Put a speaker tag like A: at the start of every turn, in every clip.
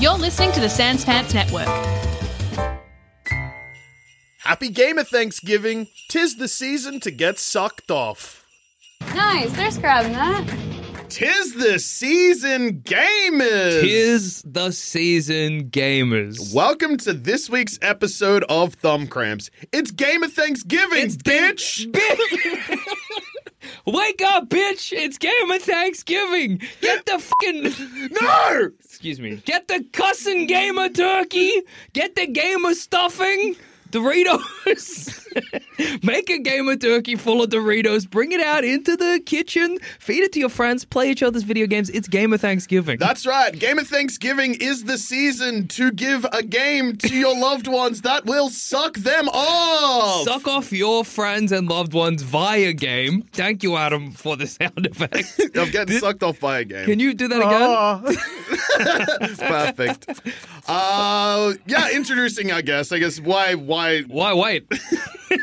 A: You're listening to the Sans Pants Network.
B: Happy game of Thanksgiving. Tis the season to get sucked off.
C: Nice, there's grabbing that.
B: Tis the season, gamers.
D: Tis the season, gamers.
B: Welcome to this week's episode of Thumb Cramps. It's game of Thanksgiving,
D: It's game-
B: bitch.
D: Wake up, bitch! It's game of Thanksgiving. Get the fucking
B: no.
D: excuse me. Get the cussing game of turkey. Get the game of stuffing. Doritos. Make a game of turkey full of Doritos. Bring it out into the kitchen. Feed it to your friends. Play each other's video games. It's game of Thanksgiving.
B: That's right. Game of Thanksgiving is the season to give a game to your loved ones that will suck them off.
D: Suck off your friends and loved ones via game. Thank you, Adam, for the sound effect.
B: I'm getting sucked off by a game.
D: Can you do that
E: Oh.
D: again?
B: Perfect. Uh, yeah, introducing. I guess. I guess why why
D: Why wait?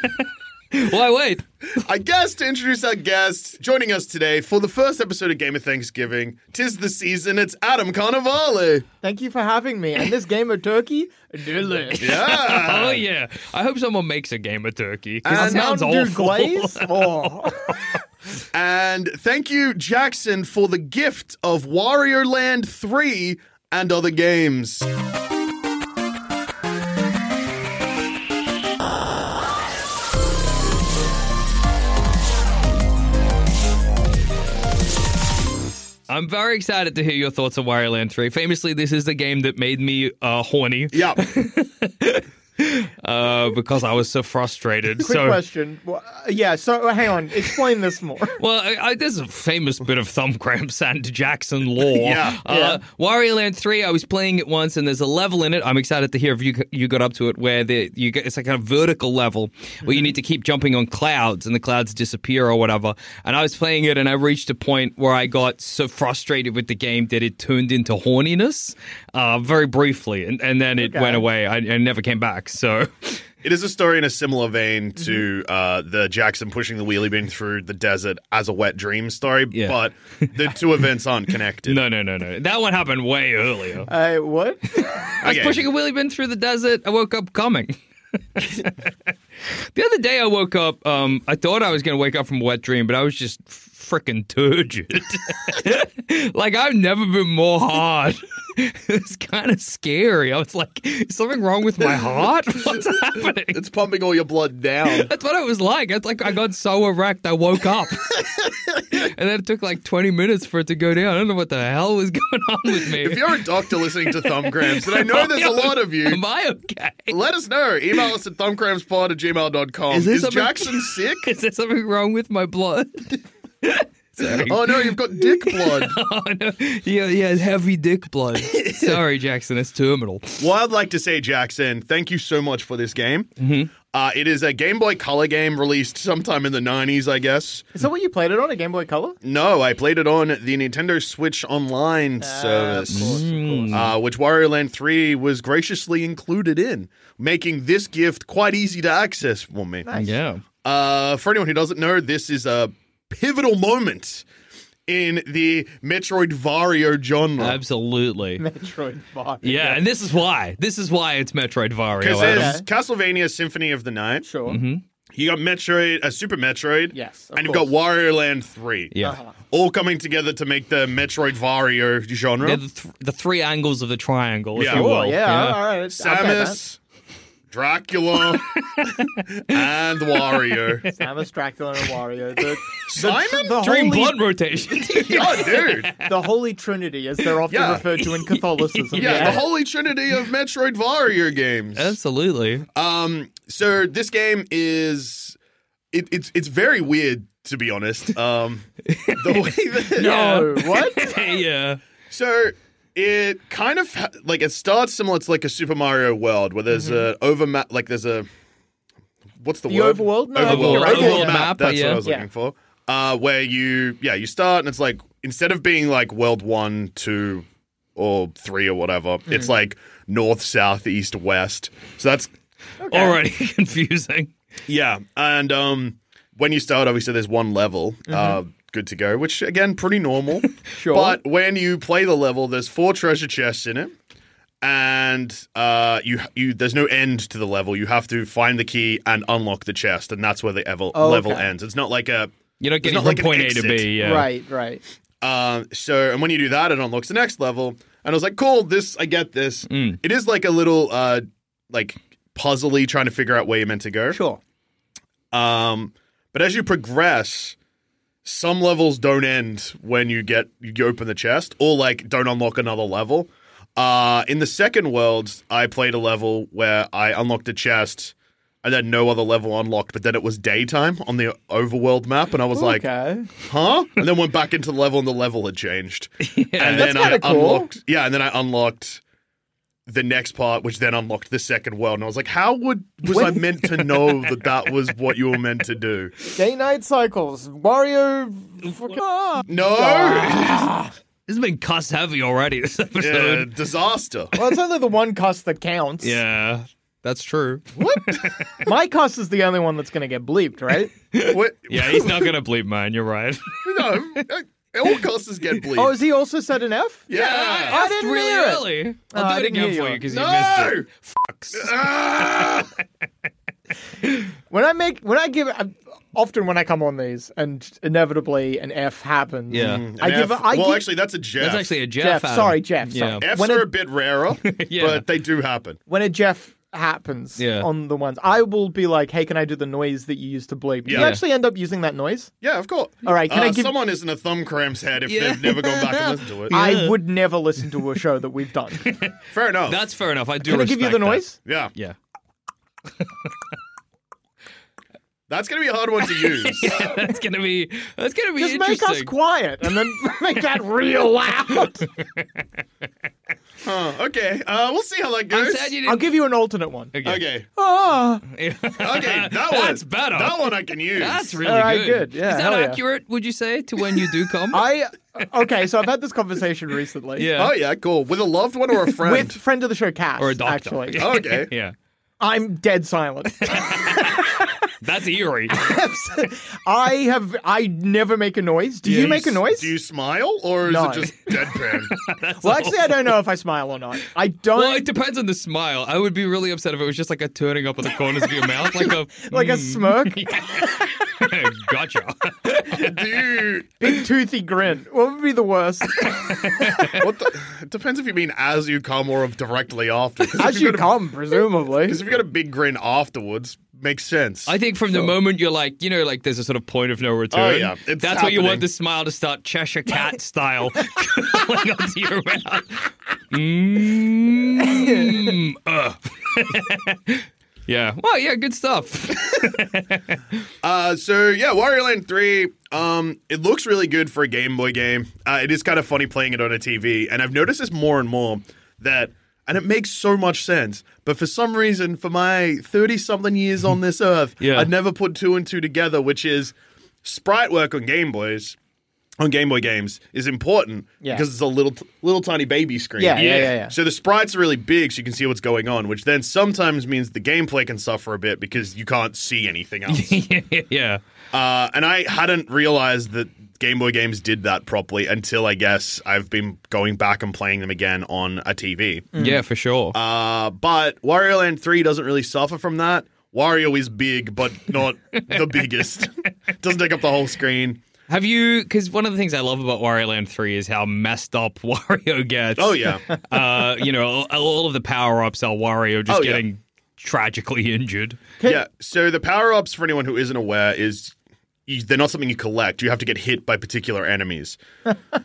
D: Why wait?
B: I guess to introduce our guest, joining us today for the first episode of Game of Thanksgiving, tis the season, it's Adam Carnivale.
E: Thank you for having me. And this game of turkey, delicious.
B: Yeah.
E: Uh,
D: Oh yeah! I hope someone makes a game of turkey. 'cause
B: And
D: it sounds
E: Mountain Dew
D: awful.
E: glaze. Oh.
B: and thank you, Jackson, for the gift of Wario Land 3 and other games.
D: I'm very excited to hear your thoughts on Wario Land 3. Famously, this is the game that made me uh, horny
B: Yeah.
D: uh, because I was so frustrated.
E: Quick
D: so,
E: question. Well, uh, yeah, so uh, hang on. Explain this more.
D: Well, I, I, there's a famous bit of thumb cramps and Jackson lore.
B: Yeah.
D: Uh, Wario Land 3, I was playing it once, and there's a level in it. I'm excited to hear if you you got up to it, where the, you get, it's like a vertical level where
B: Mm-hmm.
D: you need to keep jumping on clouds and the clouds disappear or whatever. And I was playing it, and I reached a point where I got so frustrated with the game that it turned into horniness uh, very briefly, and, and then it went away. I, I never came back. So.
B: it is a story in a similar vein
D: Mm-hmm.
B: to uh, the Jackson pushing the wheelie bin through the desert as a wet dream story,
D: Yeah.
B: but the two events aren't connected.
D: No, no, no, no. That one happened way earlier.
E: Uh, what?
D: I was
B: Okay.
D: pushing a wheelie bin through the desert. I woke up coming. the other day, I woke up. Um, I thought I was going to wake up from a wet dream, but I was just freaking turgid. like I've never been more hard. it was kind of scary. I was like, "Is something wrong with my heart? What's happening?"
B: It's pumping all your blood down.
D: That's what it was like. It's like I got so erect, I woke up, and then it took like twenty minutes for it to go down. I don't know what the hell was going on with me.
B: if you're a doctor listening to Thumb Cramps, and I know there's a lot of you,
D: Am I okay?
B: Let us know. Email us at thumbcrampspod at gmail.com.
D: Is
B: Is,
D: there something-
B: Jackson sick?
D: Is there something wrong with my blood? Sorry.
B: Oh no, you've got dick blood.
D: Oh, no. Yeah, yeah, heavy dick blood. Sorry, Jackson, it's terminal.
B: Well, I'd like to say, Jackson, thank you so much for this game. Uh, it is a Game Boy Color game released sometime in the 90s, I guess.
E: Is that what you played it on? A Game Boy Color?
B: No, I played it on the Nintendo Switch Online service. uh, which Wario Land 3 was graciously included in, making this gift quite easy to access for me.
D: Yeah.
B: Uh, for anyone who doesn't know, this is a pivotal moment in the Metroidvario genre.
D: Absolutely.
E: Metroid Fox.
D: Yeah, and this is why. This is why it's Metroid Vario.
B: Because
D: Adam.
B: there's Castlevania Symphony of the Night.
E: Sure.
B: You got Metroid, uh, Super Metroid.
E: Yes, of
B: And you've got
E: course.
B: Wario Land 3.
D: Yeah.
B: All coming together to make the Metroidvario genre.
D: They're the, th- the three angles of the triangle, if
B: Yeah. Uh-huh.
D: you
E: Oh,
D: will.
E: yeah, All right. I'll get
B: Samus, Dracula, and Wario.
E: that. Samus, Dracula, and Wario. The,
B: Simon?
E: the
D: Dream
E: holy,
D: blood rotation.
B: Oh, dude.
E: The Holy Trinity, as they're often
B: Yeah.
E: referred to in Catholicism.
B: Yeah, the holy trinity of Metroidvario games.
D: Absolutely.
B: Um, so this game is it, it's it's very weird to be honest. Um, the way that
E: No, what?
D: yeah.
B: So it kind of ha- like it starts similar to like a Super Mario World where there's a overmap like there's a what's the,
E: Mm-hmm. The
B: word?
E: overworld? No,
B: overworld,
E: you're right.
B: Overworld
E: Yeah.
B: map.
D: Map,
B: That's what
D: yeah.
B: I was
E: Yeah.
B: looking for. Uh, where you yeah you start and it's like instead of being like World One, Two, or Three or whatever, it's
E: Mm.
B: like North, South, East, West. So that's
D: Already confusing.
B: yeah, and um, when you start, obviously there's one level, uh, good to go, which again pretty normal.
E: Mm-hmm. Sure.
B: But when you play the level, there's four treasure chests in it, and uh, you you there's no end to the level. You have to find the key and unlock the chest, and that's where the evel,
E: Oh,
B: level
E: okay.
B: ends. It's not like a
D: You're not
B: It's
D: getting
B: not
D: from
B: like an
D: point A to
B: exit.
D: B. Yeah.
E: Right, right.
B: um, so, and when you do that, it unlocks the next level. And I was like, cool, this, I get this. It is like a little, uh, like, puzzly trying to figure out where you're meant to go.
E: Sure.
B: Um, but as you progress, some levels don't end when you get, you open the chest or like don't unlock another level. Uh, in the second world, I played a level where I unlocked a chest and then no other level unlocked, but then it was daytime on the overworld map. And I was like,
E: okay.
B: huh? And then went back into the level, and the level had changed. and
E: That's
B: then I
E: kinda cool.
B: unlocked. Yeah, and then I unlocked the next part, which then unlocked the second world. And I was like, how would was I meant to know that that was what you were meant to do?
E: Day night cycles. Mario. Fuck off.
B: No,
D: This has been cuss heavy already. This
B: Yeah,
D: episode.
B: disaster.
E: Well, it's only the one cuss that counts.
D: Yeah. That's true.
E: My cuss is the only one that's going to get bleeped, right?
B: What?
D: Yeah, he's not gonna bleep mine. You're right.
B: No, eh, all cusses get bleeped.
E: oh, has he also said an F?
B: yeah.
E: I didn't
D: really
E: hear it.
D: early. I'll
E: Oh, I
D: do it
E: didn't
D: again
E: hear
D: for
E: you.
D: you because you
B: No.
D: missed it. Fucks.
B: Ah!
E: When I make, when I give, I, often when I come on these, and inevitably an F happens.
D: Yeah.
E: I
B: An
E: give.
B: F.
E: I
B: well,
E: give,
B: actually, that's a Jeff.
D: That's actually a Mm-hmm. Jeff.
E: Jeff.
D: Adam.
E: sorry, Jeff.
D: Yeah.
E: Sorry.
B: F's
E: When
B: are
E: a-
B: a bit rarer,
D: Yeah.
B: but they do happen.
E: when a Jeff happens
D: Yeah.
E: on the ones, I will be like, "Hey, can I do the noise that you used to bleep?" Do You
B: Yeah.
E: actually end up using that noise.
B: Yeah, of course.
E: All right, can
B: uh,
E: I give-
B: someone isn't a thumb cram's head if
D: Yeah.
B: they've never gone back and listened to it?
E: I would never listen to a show that we've done. Can
B: Fair enough.
D: That's fair enough. I do.
E: I give you
D: respect
E: the
D: that.
E: noise?
B: yeah.
D: Yeah.
B: That's gonna be a hard one to use.
D: that's gonna be. That's gonna be
E: Just make
D: interesting.
E: us quiet and then make that real loud.
B: Huh, okay. Uh, we'll see how that goes.
D: I'm sad you
E: I'll
D: didn't.
E: give you an alternate one.
B: Okay.
E: Ah,
B: Okay. That one.
D: That's better.
B: That one I can use.
D: That's really
E: All right,
D: good.
E: good. Yeah,
D: Is that
E: hell yeah.
D: accurate? Would you say to when you do come?
E: I uh, okay. So I've had this conversation recently.
D: yeah.
B: Oh yeah, cool. With a loved one or a friend.
E: With friend of the show, Cass,
D: Or a doctor.
E: actually.
B: Okay.
D: Oh, yeah.
E: I'm dead silent.
D: That's eerie.
E: I have. I never make a noise. Do you make a
B: s-
E: noise?
B: Do you smile or is
E: No.
B: it just deadpan?
E: well, actually, I don't know if I smile or not. I don't.
D: well, it depends on the smile. I would be really upset if it was just like a turning up at the corners of your mouth, like a
E: like a
D: Hmm.
E: smirk,
D: mm, gotcha.
B: do you?
E: big toothy grin. What would be the worst?
B: What the, it depends if you mean as you come or of directly after.
E: As you come, presumably.
B: Because if you got a big grin afterwards, makes sense.
D: I think from the moment you're like, you know, like there's a sort of point of no return.
B: Oh, yeah. It's
D: That's where you
B: happening.
D: want the smile to start Cheshire Cat style curling onto your mouth. Mm, uh. yeah. Well, yeah, good stuff.
B: Uh, so yeah, Wario Land Three. Um, it looks really good for a Game Boy game. Uh, it is kind of funny playing it on a TV, and I've noticed this more and more that, and it makes so much sense. But for some reason, for my thirty-something years on this earth,
D: Yeah.
B: I'd never put two and two together, which is sprite work on Game Boys. On Game Boy games is important
E: Yeah.
B: because it's a little little tiny baby screen.
E: Yeah, yeah, yeah, yeah.
B: So the sprites are really big, so you can see what's going on, which then sometimes means the gameplay can suffer a bit because you can't see anything else.
D: yeah.
B: Uh, and I hadn't realized that Game Boy games did that properly until I guess I've been going back and playing them again on a TV.
D: Yeah, for sure.
B: Uh, but Wario Land 3 doesn't really suffer from that. Wario is big, but not the biggest. Doesn't take up the whole screen.
D: Have you? Because one of the things I love about Wario Land Three is how messed up Wario gets.
B: Oh, yeah.
D: uh, you know, all, all of the power ups are Wario just
B: Oh, yeah.
D: getting tragically injured.
B: yeah. So the power ups, for anyone who isn't aware, is you, they're not something you collect. You have to get hit by particular enemies.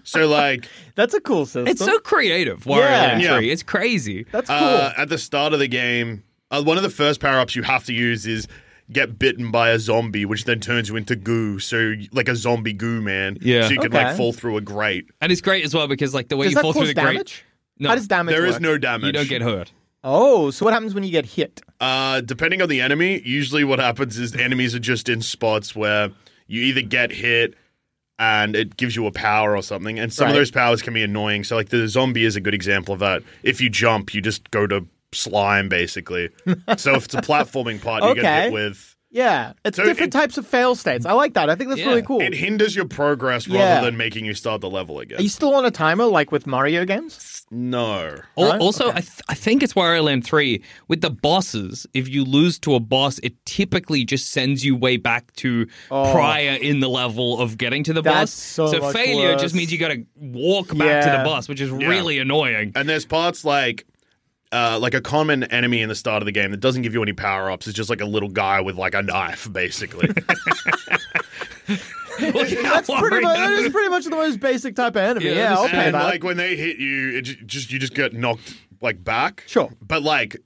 B: so, like,
E: That's a cool system.
D: It's so creative, Wario
E: Yeah.
D: Land
B: Yeah.
D: Three. It's crazy.
E: That's cool.
B: Uh, at the start of the game, uh, one of the first power ups you have to use is get bitten by a zombie, which then turns you into goo. So like a zombie goo man.
D: Yeah.
B: So you can
E: Okay.
B: like fall through a grate.
D: And it's great as well because like the way
E: Does
D: you
E: that
D: fall through
E: cause
D: the
E: damage?
D: grate.
E: How does damage
B: There is
E: work?
B: no
D: No,
B: damage.
D: you don't get hurt.
E: Oh, so what happens when you get hit?
B: Uh, depending on the enemy, usually what happens is enemies are just in spots where you either get hit and it gives you a power or something, and some
E: Right.
B: of those powers can be annoying. So, like the zombie is a good example of that. If you jump, you just go to slime basically. so if it's a platforming part, you get
E: Okay.
B: hit with.
E: Yeah, it's
B: So
E: different
B: it-
E: types of fail states. I like that. I think that's
D: Yeah.
E: really cool.
B: It hinders your progress rather
E: Yeah.
B: than making you start the level
E: Are
B: again.
E: you still on a timer like with Mario games?
B: no.
D: Al-
E: Right?
D: Also, I, th- I think it's Wario Land 3. With the bosses, if you lose to a boss, it typically just sends you way back to prior in the level of getting to the
E: Oh. That's
D: boss.
E: so much
D: failure
E: worse.
D: just means you got to walk back to
E: Yeah.
D: the boss, which is really annoying.
B: And there's parts like uh, like a common enemy in the start of the game that doesn't give you any power ups. It's just like a little guy with like a knife, basically.
D: That's
E: Pretty much, that is pretty much the most basic type of enemy.
D: Yeah,
E: Yeah,
D: that
E: I'll
D: is-
E: pay
B: and
E: that.
B: like when they hit you, it ju- just you just get knocked like back.
E: Sure.
B: but like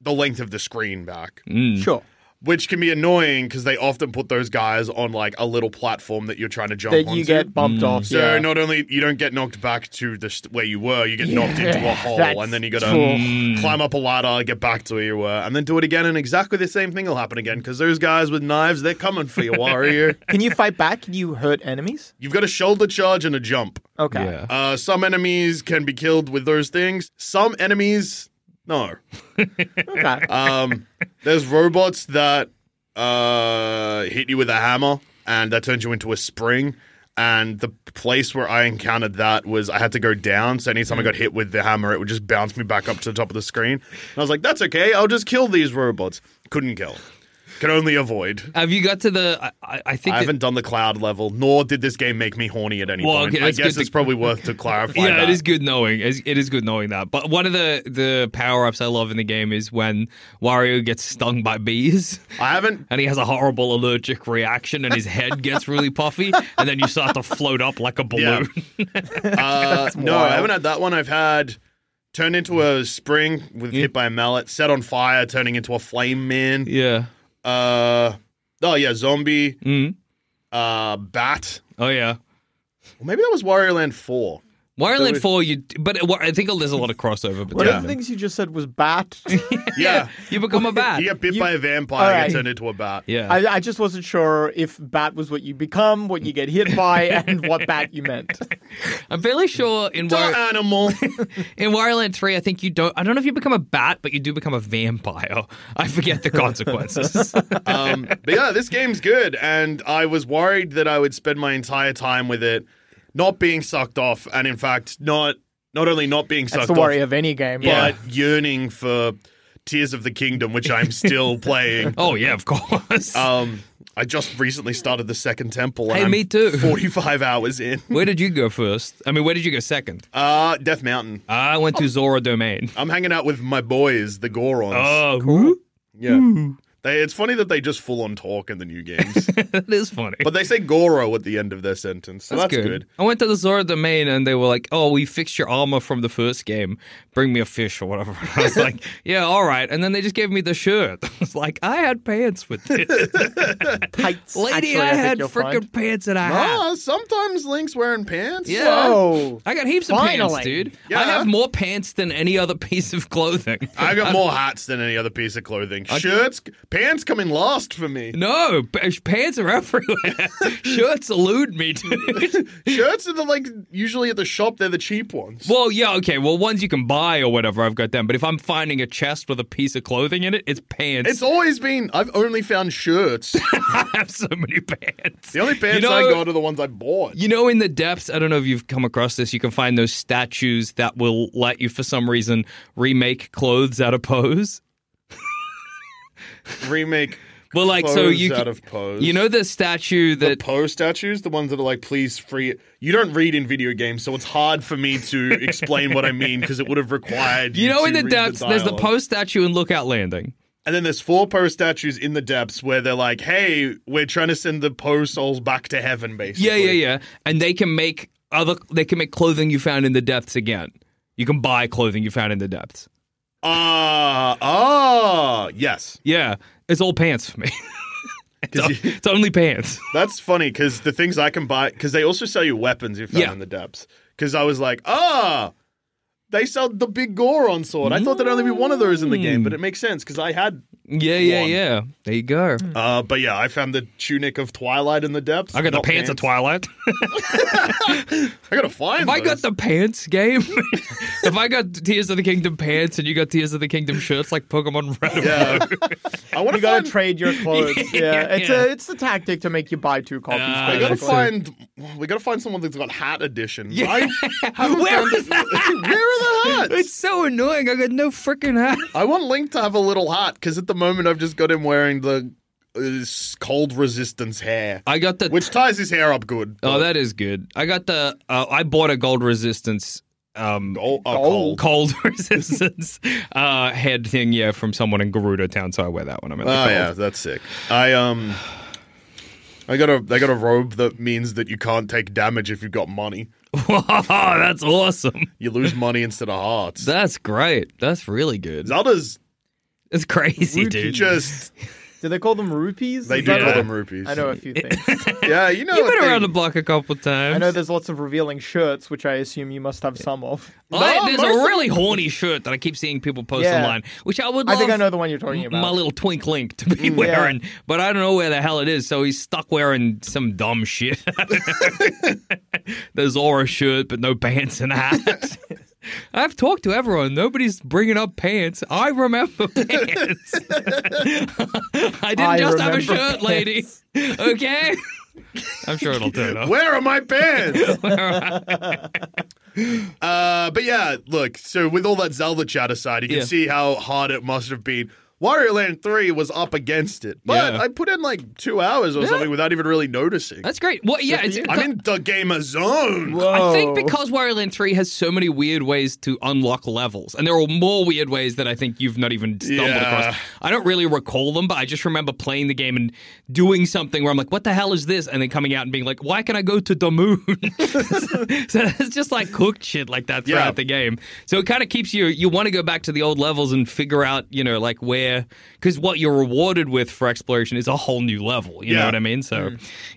B: the length of the screen back,
D: Hmm.
E: sure.
B: which can be annoying because they often put those guys on like a little platform that you're trying to jump
E: That
B: onto.
E: you get
D: Hmm.
E: bumped off.
B: so
E: yeah.
B: not only you don't get knocked back to the st- where you were, you get knocked into a hole,
E: that's
B: and then you got to
E: cool.
B: climb up a ladder, get back to where you were, and then do it again, and exactly the same thing will happen again because those guys with knives, they're coming for you, warrior.
E: Can you fight back? Can you hurt enemies?
B: You've got a shoulder charge and a jump.
E: Okay.
B: Uh, some enemies can be killed with those things. Some enemies, no.
E: Okay.
B: Um, there's robots that uh, hit you with a hammer, and that turns you into a spring. And the place where I encountered that was I had to go down. So anytime I got hit with the hammer, it would just bounce me back up to the top of the screen. And I was like, "That's okay. I'll just kill these robots." Couldn't kill. Can only avoid.
D: Have you got to the. I- I, I think.
B: I
D: that-
B: haven't done the cloud level, nor did this game make me horny at any
D: Well,
B: point.
D: okay,
B: I
D: that's
B: guess
D: good
B: it's
D: to-
B: probably worth to clarify.
D: yeah,
B: that.
D: it is good knowing. It's- It is good knowing that. But one of the the power ups I love in the game is when Wario gets stung by bees,
B: I haven't
D: and he has a horrible allergic reaction, and his head gets really puffy, and then you start to float up like a balloon.
B: Uh, no, I haven't had that one. I've had turned into a spring with hit by a mallet, set on fire, turning into a flame man.
D: Yeah.
B: Uh, oh yeah, zombie.
D: Mm.
B: Uh, bat.
D: Oh yeah.
B: Well, maybe that was Wario Land Four.
D: Wario Land
B: it-
D: Four, you but it- I think there's a lot of crossover.
E: One
D: Between
E: of the
D: them.
E: things you just said was bat.
B: Yeah,
D: you become a bat.
B: you get bit by a
E: All
B: vampire, and
E: right.
B: get turned into a bat.
D: Yeah.
E: I, I just wasn't sure if bat was what you become, what you get hit by, and what bat you meant.
D: I'm fairly sure in
B: Duh,
D: Wario,
B: animal.
D: in Wario Land Three, I think you don't. I don't know if you become a bat, but you do become a vampire. I forget the consequences.
B: um, but yeah, this game's good, and I was worried that I would spend my entire time with it, not being sucked off, and in fact, not not only not being
E: That's
B: sucked
E: the
B: off,
E: worry of any game.
B: but yearning for Tears of the Kingdom, which I'm still playing.
D: oh yeah, of course.
B: Um, I just recently started the Second Temple. And
D: Hey,
B: I'm
D: me too.
B: 45 hours in.
D: Where did you go first? I mean, where did you go second?
B: Uh, Death Mountain.
D: I went to Zora Domain.
B: I'm hanging out with my boys, the Gorons.
D: Oh,
B: yeah. They, it's funny that they just full on talk in the new games,
D: that is funny.
B: but they say Goro at the end of their sentence. So that's, good.
D: I went to the Zora Domain and they were like, "Oh, we fixed your armor from the first game. Bring me a fish or whatever." I was like, "Yeah, all right." And then they just gave me the shirt. I was like, "I had pants with this,
E: tights.
D: lady.
E: actually,
D: I,
E: think
D: had
E: you'll
D: freaking
E: find.
D: pants and a hat.
B: Ah, sometimes Link's wearing pants.
D: Yeah, Oh.
E: Whoa.
D: I got heaps of
E: Finally.
D: pants, dude. I
B: Yeah.
D: have more pants than any other piece of clothing.
B: I got more hats than any other piece of clothing. Shirts, pants come in last for me.
D: no, p- pants are everywhere. Shirts elude me, dude.
B: Shirts are the, like usually at the shop. They're the cheap ones.
D: Well, yeah, okay. Well, ones you can buy or whatever, I've got them. But if I'm finding a chest with a piece of clothing in it, it's pants.
B: It's always been. I've only found shirts.
D: I have so many pants.
B: The only pants
D: you know,
B: I got are the ones I bought.
D: You know, in the depths, I don't know if you've come across this, you can find those statues that will let you, for some reason, remake clothes out of pose.
B: Remake.
D: Well, like, so
B: clothes
D: you.
B: out
D: c-
B: of pose.
D: You know the statue
B: the
D: that.
B: Poe statues, the ones that are like, please free. You don't read in video games, so it's hard for me to explain what I mean because it would have required. You,
D: you know,
B: to
D: in the
B: read
D: depths, there's the
B: dialogue.
D: Poe statue in Lookout Landing.
B: and then there's four Poe statues in the depths where they're like, hey, we're trying to send the Poe souls back to heaven, basically.
D: Yeah, yeah, yeah. And they can make other. They can make clothing you found in the depths again. You can buy clothing you found in the depths.
B: Ah, ah, yes.
D: Yeah, it's all pants for me. it's, it's only pants.
B: That's funny because the things I can buy, because they also sell you weapons if you're
D: Yeah.
B: in the depths. Because I was like, ah, they sell the big Goron sword. I thought there'd only be one of those in the game, but
D: Mm.
B: it makes sense because I had.
D: Yeah, yeah,
B: One.
D: yeah. There you go.
B: Uh, but yeah, I found the tunic of Twilight in the depths.
D: I got the
B: Not
D: pants, of Twilight.
B: I gotta find.
D: if I got
B: those.
D: the pants game, if I got Tears of the Kingdom pants and you got Tears of the Kingdom shirts like Pokemon Red. and
B: Yeah. I want to
E: You gotta
B: find.
E: trade your clothes. yeah, it's
D: yeah.
E: a it's the tactic to make you buy two copies.
D: Ah,
B: we gotta
D: that's
E: basically.
B: find. We gotta find someone that's got hat edition. Yeah. I haven't
D: Where
B: found
D: is
B: this- Where are the
D: It's
B: hats?
D: so annoying. I got no freaking hat.
B: I want Link to have a little hat because at the moment I've just got him wearing the uh, s- cold resistance hair,
D: I got the.
B: which ties his hair up good.
D: oh, that is good. I got the. Uh, I bought a gold resistance. Um,
B: Oh, oh,
D: cold,
B: cold.
D: resistance uh, head thing, yeah, from someone in Gerudo Town. So I wear that when I'm in the
B: Oh
D: cold.
B: yeah, that's sick. I um, I got a I got a robe that means that you can't take damage if you've got money.
D: Wow, that's awesome.
B: You lose money instead of hearts.
D: That's great. That's really good.
B: Zelda's
D: It's crazy, dude.
B: just
E: Do they call them rupees?
B: they
E: Is
B: do
E: that
B: call
E: what-
B: them rupees.
E: I know a few things.
B: Yeah, you know.
D: You've
B: a
D: been around the
B: thing.
D: block a couple times.
E: I know there's lots of revealing shirts, which I assume you must have some of.
D: I-
B: No,
D: there's
B: most
D: a
B: of-
D: really horny shirt that I keep seeing people post
E: Yeah.
D: online, which I would
E: I
D: love
E: think I know the one you're talking about. Mm,
D: my little twink link to be
E: yeah.
D: wearing, but I don't know where the hell it is, so he's stuck wearing some dumb shit. there's Aura shirt, but no pants and hat. I've talked to everyone. Nobody's bringing up pants. I remember pants. I didn't
E: I
D: just have a
E: remember
D: shirt, lady. Okay? I'm sure it'll turn up.
B: Where are my pants? uh, but yeah, look. So with all that Zelda chat aside, you can
D: Yeah.
B: see how hard it must have been. Wario Land Three was up against it, but
D: Yeah.
B: I put in like two hours or something without even really noticing.
D: That's great. Well, yeah, it's,
B: I'm in the gamer zone.
D: I think
E: Whoa.
D: because Wario Land 3 has so many weird ways to unlock levels, and there are more weird ways that I think you've not even stumbled
B: Yeah.
D: across. I don't really recall them, but I just remember playing the game and doing something where I'm like, what the hell is this? And then coming out and being like, why can I go to the moon? so it's just like cooked shit like that throughout
B: Yeah.
D: the game. So it kind of keeps you, you want to go back to the old levels and figure out, you know, like where, because what you're rewarded with for exploration is a whole new level. You know
B: Yeah. Mm.
D: what I mean? So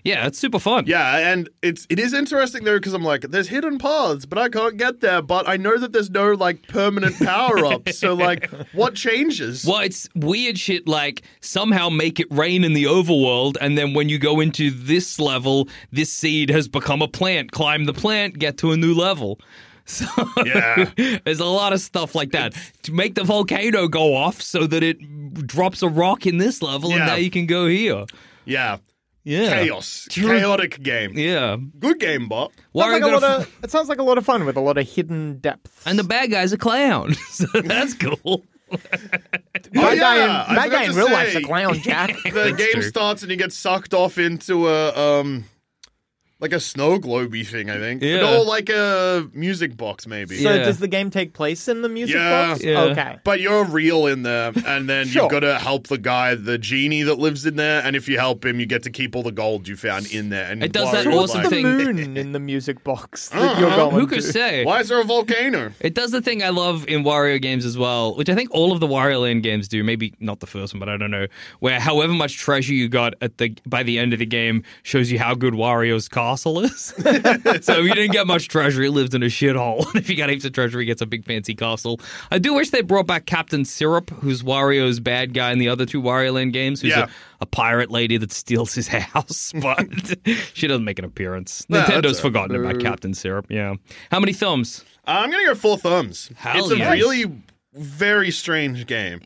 D: yeah, it's super fun.
B: Yeah, and it's it is interesting though because I'm like, there's hidden paths, but I can't get there. But I know that there's no like permanent power up. so like, what changes?
D: Well, it's weird shit like somehow make it rain in the overworld, and then when you go into this level, this seed has become a plant. Climb the plant, get to a new level. So
B: Yeah.
D: there's a lot of stuff like that. To make the volcano go off so that it drops a rock in this level, and
B: Yeah.
D: now you can go here.
B: Yeah,
D: Yeah.
B: chaos, chaotic game.
D: Yeah.
B: Good game, bot.
D: Why
E: sounds
D: are
E: like
D: you
E: a lot
D: gonna
E: of, it sounds like a lot of fun with a lot of hidden depths.
D: and the bad guy's a clown. so that's cool.
E: That
B: Oh,
E: guy in,
B: yeah, I
E: that
B: forgot
E: guy in
B: to
E: real life's a
B: say.
E: clown, Jack.
B: The game
D: true.
B: starts and you get sucked off into a um, like a snow globey thing. I think.
D: Yeah.
B: No, like a music box maybe.
E: So
D: Yeah.
E: does the game take place in the music
B: Yeah.
E: box?
D: Yeah.
E: Okay.
B: But you're real in there, and then
E: Sure.
B: you've got to help the guy, the genie that lives in there. And if you help him, you get to keep all the gold you found in there. And
D: It does
B: Wario's
D: that awesome
E: What's
B: like,
E: the
D: thing-
E: moon in the music box that
B: Uh-huh.
E: you're going
D: Who could
E: to?
D: say?
B: Why is there a volcano?
D: It does the thing I love in Wario games as well, which I think all of the Wario Land games do. Maybe not the first one, but I don't know. Where however much treasure you got at the by the end of the game shows you how good Wario's castle is. so if you didn't get much treasure, he lived in a shithole. if you got heaps of treasure, he gets a big fancy castle. I do wish they brought back Captain Syrup, who's Wario's bad guy in the other two Wario Land games, who's
B: Yeah.
D: a, a pirate lady that steals his house, but she doesn't make an appearance.
B: Nah, that's
D: Nintendo's
B: a-
D: forgotten about Captain Syrup. Yeah, how many thumbs?
B: I'm gonna go four thumbs.
D: Hell
B: it's a
D: yes.
B: really very strange game.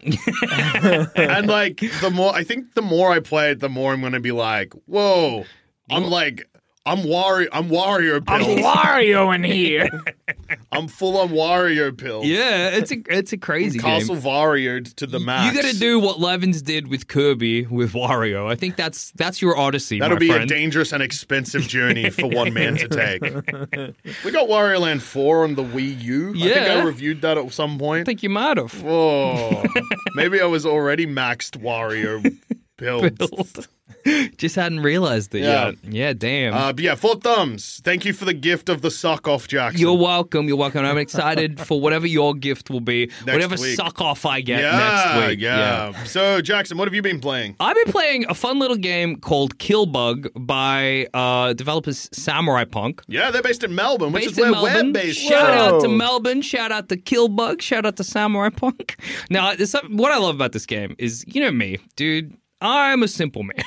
B: and like the more I think the more I play it, the more I'm gonna be like, whoa. I'm like I'm Wario I'm Wario pills.
D: Wario in here.
B: I'm full on Wario pills.
D: Yeah, it's a it's a crazy
B: Castle
D: game.
B: Wario'd to the max.
D: You got to do what Levins did with Kirby with Wario. I think that's that's your Odyssey.
B: That'll
D: my
B: be
D: friend.
B: a dangerous and expensive journey for one man to take. we got Wario Land 4 on the Wii U. I think
D: Yeah.
B: I reviewed that at some
D: I
B: point. Oh,
D: think you might have.
B: Whoa. Maybe I was already maxed Wario build.
D: Just hadn't realized it
B: Yeah.
D: yet. Yeah, damn.
B: Uh, but yeah, four thumbs. Thank you for the gift of the suck off, Jackson.
D: you're welcome. You're welcome. I'm excited for whatever your gift will be, whatever
B: week.
D: suck off I get
B: yeah,
D: next week.
B: yeah. So Jackson, what have you been playing?
D: I've been playing a fun little game called Killbug by uh, developers Samurai Punk.
B: Yeah, they're based in Melbourne, which
D: Based
B: is where
D: in Melbourne.
B: we're based.
D: Shout
B: from.
D: out to
E: Whoa.
D: Melbourne. Shout out to Killbug. Shout out to Samurai Punk. Now, this, what I love about this game is, you know me, dude. I'm a simple man.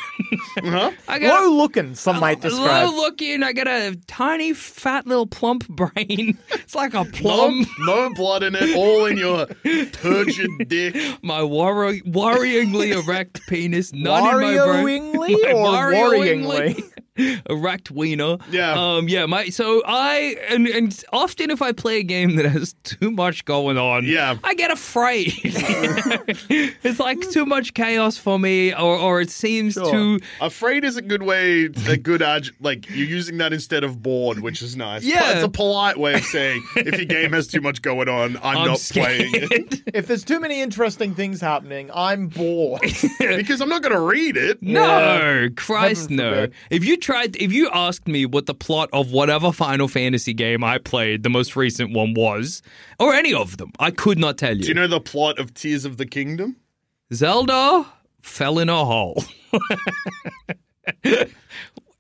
B: Uh-huh.
D: I got
E: Low looking, some might describe.
D: low looking. I got a tiny, fat, little plump brain. It's like a
B: No,
D: plum.
B: no blood in it, all in your turgid dick.
D: My worry, worryingly erect penis, none in my brain.
E: Worryingly or
D: My
E: worryingly?
D: worryingly erect wiener.
B: Yeah.
D: um, yeah. My so I and, and often if I play a game that has too much going on,
B: Yeah.
D: I get afraid. it's like too much chaos for me, or or it seems too.
B: Afraid is a good way, a good arg- like you're using that instead of bored, which is nice.
D: Yeah.
B: it's a polite way of saying if your game has too much going on, I'm,
D: I'm
B: not
D: scared.
B: playing it
E: If there's too many interesting things happening, I'm bored.
B: because I'm not going to read it.
D: No, Christ,
E: Heaven
D: no.
E: forbid.
D: If you tried, if you asked me what the plot of whatever Final Fantasy game I played, the most recent one was, or any of them, I could not tell you.
B: Do you know the plot of Tears of the Kingdom?
D: Zelda fell in a hole.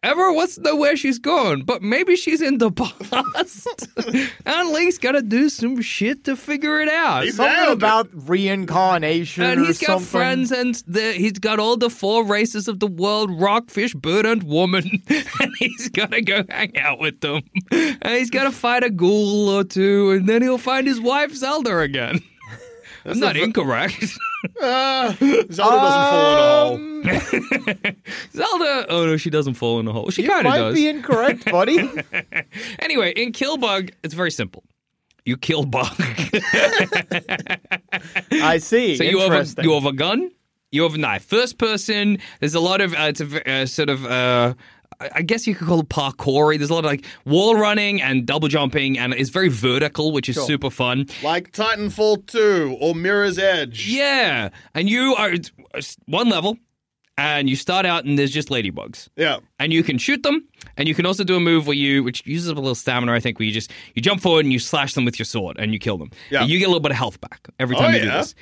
D: Ever wants to know where she's gone, but maybe she's in the past. and Link's gotta do some shit to figure it out.
B: He's
E: something
B: Nailed it.
E: about reincarnation
D: and
E: or
D: he's got
E: something.
D: friends, and the, he's got all the four races of the world: rockfish, bird, and woman. And he's gotta go hang out with them. And he's gotta fight a ghoul or two, and then he'll find his wife Zelda again. I'm not incorrect.
B: Ah, Zelda doesn't fall at all.
D: Um, Zelda. Oh no, she doesn't fall in a hole. She
E: You
D: kind of
E: might
D: does.
E: be incorrect, buddy.
D: Anyway, in Killbug, it's very simple. You kill bug.
E: I see.
D: so you have a,
E: Interesting.
D: you have a gun. You have a knife. First person. There's a lot of uh, it's a v- uh, sort of. Uh, I I guess you could call it parkoury. There's a lot of like wall running and double jumping, and it's very vertical, which is super fun.
B: Like Titanfall 2 or Mirror's Edge.
D: Yeah, and you are it's it's one level, and you start out, and there's just ladybugs.
B: Yeah.
D: and you can shoot them and you can also do a move where you which uses up a little stamina i think where you just you jump forward and you slash them with your sword and you kill them
B: Yeah.
D: And you get a little bit of health back every time
B: Oh,
D: you do
B: yeah.
D: this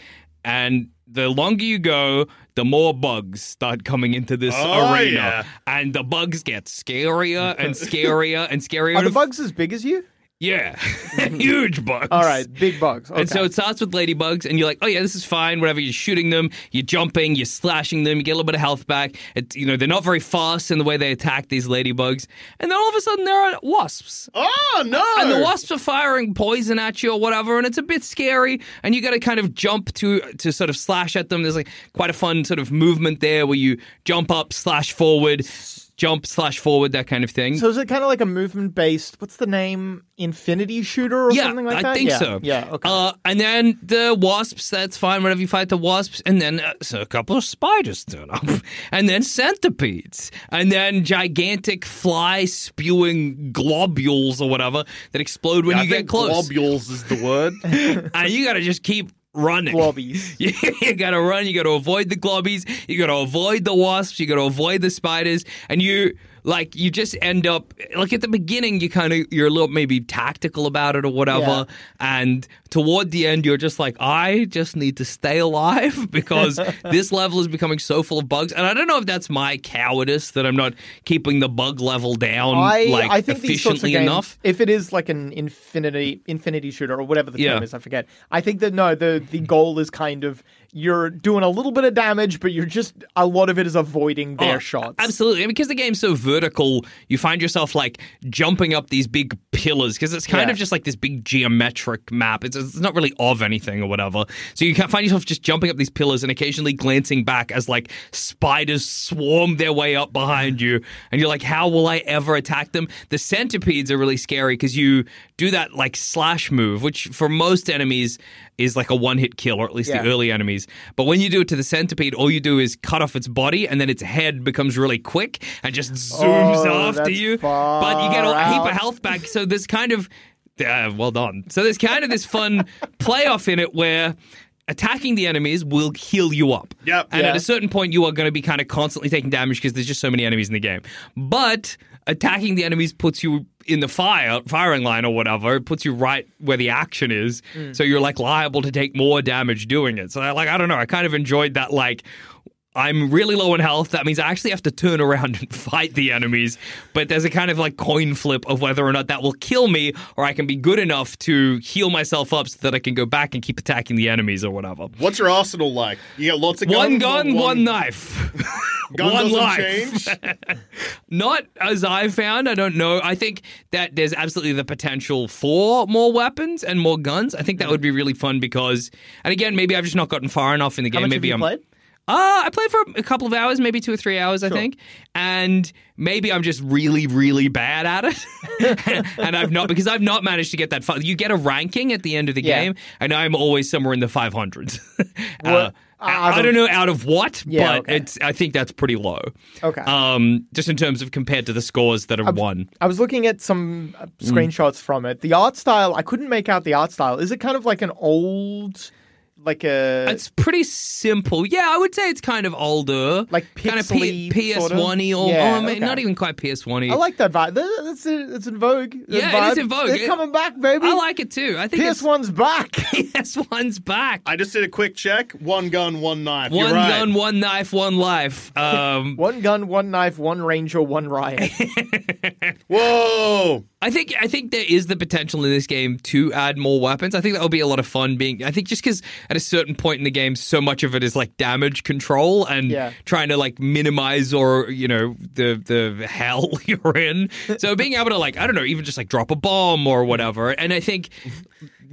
D: and the longer you go the more bugs start coming into this
B: Oh,
D: arena
B: yeah.
D: and the bugs get scarier and scarier and scarier
E: Are the
D: And-
E: bugs as big as you?
D: yeah huge bugs
E: All right, big bugs. Okay.
D: and so it starts with ladybugs, and you're like, oh yeah, this is fine. Whatever, you're shooting them, you're jumping, you're slashing them, you get a little bit of health back. It, you know, they're not very fast in the way they attack these ladybugs, and then all of a sudden there are wasps.
B: Oh, no.
D: And the wasps are firing poison at you or whatever, and it's a bit scary. And you got to kind of jump to to sort of slash at them. There's like quite a fun sort of movement there where you jump up, slash forward, jump, slash forward, that kind of thing.
E: So is it kind of like a movement based? What's the name? Infinity shooter or
D: yeah,
E: something like
D: I
E: that?
D: think
E: yeah.
D: so.
E: Yeah. Okay.
D: Uh, and then the wasps. That's fine. Whatever you fight the wasps, and then uh, so a couple of spiders turn up, and then centipedes, and then gigantic fly spewing globules or whatever that explode when
B: I
D: you get
B: think
D: close.
B: Globules is the word.
D: and you gotta just keep running.
E: Blobbies.
D: You, you gotta run. You gotta avoid the globbies. You gotta avoid the wasps. You gotta avoid the spiders. And you like you just end up like at the beginning you kind of you're a little maybe tactical about it or whatever. And toward the end you're just like I just need to stay alive because this level is becoming so full of bugs. And I don't know if that's my cowardice that I'm not keeping the bug level down
E: I,
D: like
E: I think these sorts of
D: efficiently
E: games,
D: enough.
E: if it is like an infinity infinity shooter or whatever the
D: Yeah.
E: term is, I forget. I think that no, the the goal is kind of you're doing a little bit of damage, but you're just a lot of it is avoiding their
D: Oh,
E: shots.
D: Absolutely. And because the game's so vertical, you find yourself like jumping up these big pillars because it's kind
E: Yeah.
D: of just like this big geometric map. It's, it's not really of anything or whatever. So you can find yourself just jumping up these pillars and occasionally glancing back as like spiders swarm their way up behind you. And you're like, how will I ever attack them? The centipedes are really scary because you do that like slash move, which for most enemies is like a one hit kill, or at least the
E: Yeah.
D: early early enemies. But when you do it to the centipede, all you do is cut off its body, and then its head becomes really quick and just zooms
E: Oh,
D: after
E: that's
D: you.
E: far
D: But you get a heap
E: out.
D: of health back. So there's kind of, uh, well done. So there's kind of this fun playoff in it where. attacking the enemies will heal you up.
B: Yep.
D: And at
E: Yeah.
D: a certain point, you are going to be kind of constantly taking damage because there's just so many enemies in the game. But attacking the enemies puts you in the fire firing line or whatever. It puts you right where the action is, so you're like liable to take more damage doing it. So I, like I don't know. I kind of enjoyed that like. I'm really low in health. That means I actually have to turn around and fight the enemies. But there's a kind of like coin flip of whether or not that will kill me or I can be good enough to heal myself up so that I can go back and keep attacking the enemies or whatever.
B: What's your arsenal like? You got lots of
D: One
B: guns or
D: gun, one knife.
B: Gun
D: one
B: doesn't
D: life.
B: change.
D: Not as I've found. I don't know. I think that there's absolutely the potential for more weapons and more guns. I
E: Mm-hmm.
D: think that would be really fun because, and again, maybe I've just not gotten far enough in the
E: How
D: game.
E: much
D: maybe
E: have you
D: I'm.
E: played?
D: Uh, I played for a couple of hours, maybe two or three hours, I think. And maybe I'm just really, really bad at it. and I've not, because I've not managed to get that far. You get a ranking at the end of the
E: Yeah.
D: game, and I'm always somewhere in the 500s. uh,
E: What-
D: I I
E: out
D: don't
E: of-
D: know out of what,
E: Yeah,
D: but
E: okay.
D: it's, I think that's pretty low.
E: Okay.
D: Um, just in terms of compared to the scores that are won.
E: I was looking at some uh,
D: Hmm.
E: screenshots from it. The art style, I couldn't make out the art style. Is it kind of like an old, like a?
D: It's pretty simple. Yeah, I would say it's kind of older.
E: Like
D: kind of P-
E: pixely,
D: PS1y
E: sort of?
D: or,
E: Yeah,
D: or ma-
E: okay.
D: not even quite PS1y.
E: I like that vibe. Th- That's it. It's in vogue. That
D: Yeah, it is
E: vibe.
D: in vogue.
E: They're
D: It-
E: coming back, baby.
D: I like it too. I think it's-
E: PS One's back.
D: PS1's back.
B: I just did a quick check. One gun, one knife.
D: one
B: You're right.
D: gun, one knife, one life. Um,
E: one gun, one knife, one ranger, one riot.
B: Whoa!
D: I think I think there is the potential in this game to add more weapons. I think that will be a lot of fun. Being I think just because at a certain point in the game, so much of it is like damage control and
E: Yeah.
D: trying to like minimize or you know the the hell you're in. So being able to like I don't know even just like drop a bomb or whatever. And I think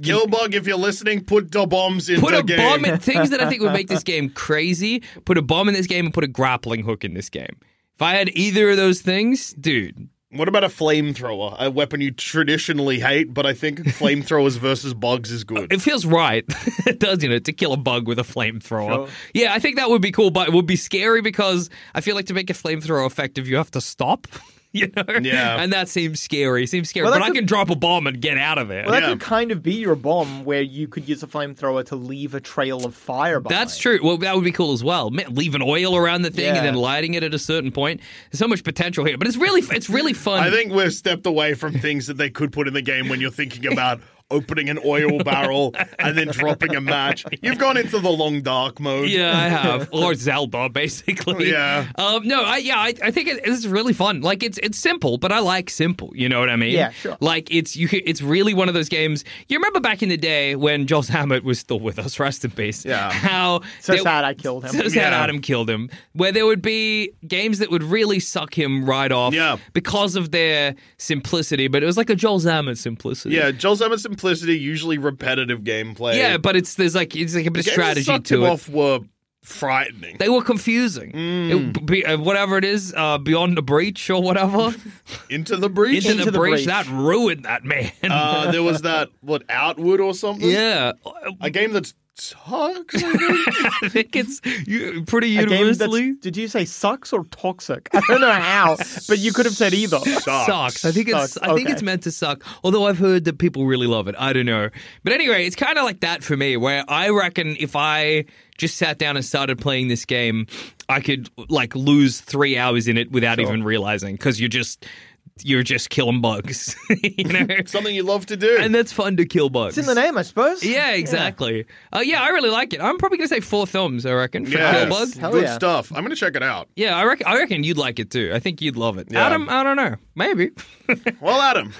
B: Gilbug, if you're listening, put the bombs in
D: put
B: the
D: a
B: game.
D: bomb in things that I think would make this game crazy. Put a bomb in this game and put a grappling hook in this game. If I had either of those things, dude,
B: What about a flamethrower? A weapon you traditionally hate, but I think flamethrowers versus bugs is good.
D: it feels right. it does, you know, to kill a bug with a flamethrower. Yeah, I think that would be cool, but it would be scary because I feel like to make a flamethrower effective, you have to stop. You know?
B: Yeah.
D: And that seems scary. Seems scary.
E: Well, that
D: but I
E: could-
D: can drop a bomb and get out of there.
E: Well, that
B: Yeah.
E: could kind of be your bomb, where you could use a flamethrower to leave a trail of fire. Behind.
D: That's true. Well, that would be cool as well. Ma- Leave an oil around the thing
E: Yeah.
D: and then lighting it at a certain point. There's so much potential here, but it's really it's really fun.
B: I think we've stepped away from things that they could put in the game when you're thinking about opening an oil barrel and then dropping a match. You've gone into the long dark mode.
D: Yeah, I have. or Zelda, basically.
B: Yeah.
D: Um, no, I yeah, I, I think it, it's really fun. Like it's it's simple, but I like simple. You know what I mean?
E: Yeah, sure.
D: Like it's you. could- It's really one of those games. You remember back in the day when Joss Hammett was still with us, rest in peace.
B: Yeah.
D: How
E: So
D: there-
E: sad I killed him.
D: So sad
B: Yeah.
D: Adam killed him. Where there would be games that would really suck him right off
B: Yeah.
D: because of their simplicity, but it was like a Joel Zammett simplicity.
B: Yeah, Joel Emmett's simplicity, usually repetitive gameplay.
D: Yeah, but it's there's like it's like a bit
B: Games
D: of
B: that
D: strategy
B: sucked
D: to
B: him
D: it.
B: off were frightening.
D: They were confusing.
E: Mm.
D: It- be- uh, whatever it is, uh, Beyond the Breach or whatever.
B: Into the breach.
D: Into, the,
E: Into the
D: breach,
E: Breach.
D: That ruined that man.
B: uh, there was that what Outwood or something.
D: yeah.
B: a game that sucks. I think.
D: I think it's u- pretty
E: A game that's-
D: universally.
E: did you say sucks or toxic? I don't know how, but you could have said either.
D: Sucks. I think it's
E: Sucks.
D: I think
E: Okay.
D: it's meant to suck. Although I've heard that people really love it. I don't know. But anyway, it's kind of like that for me where I reckon if I just sat down and started playing this game, I could like lose 3 hours in it without even realizing cuz you're just you're just killing bugs. you know?
B: Something you love to do.
D: and that's fun to kill bugs.
E: It's in the name, I suppose.
D: Yeah, exactly. Yeah. Uh, yeah, I really like it. I'm probably gonna say four thumbs. I reckon for
B: Yes.
D: Kill Bug.
E: Hell
B: good
E: yeah.
B: stuff. I'm gonna check it out.
D: Yeah, I reckon. I reckon you'd like it too. I think you'd love it.
B: Yeah.
D: Adam, I don't know. Maybe.
B: Well, Adam,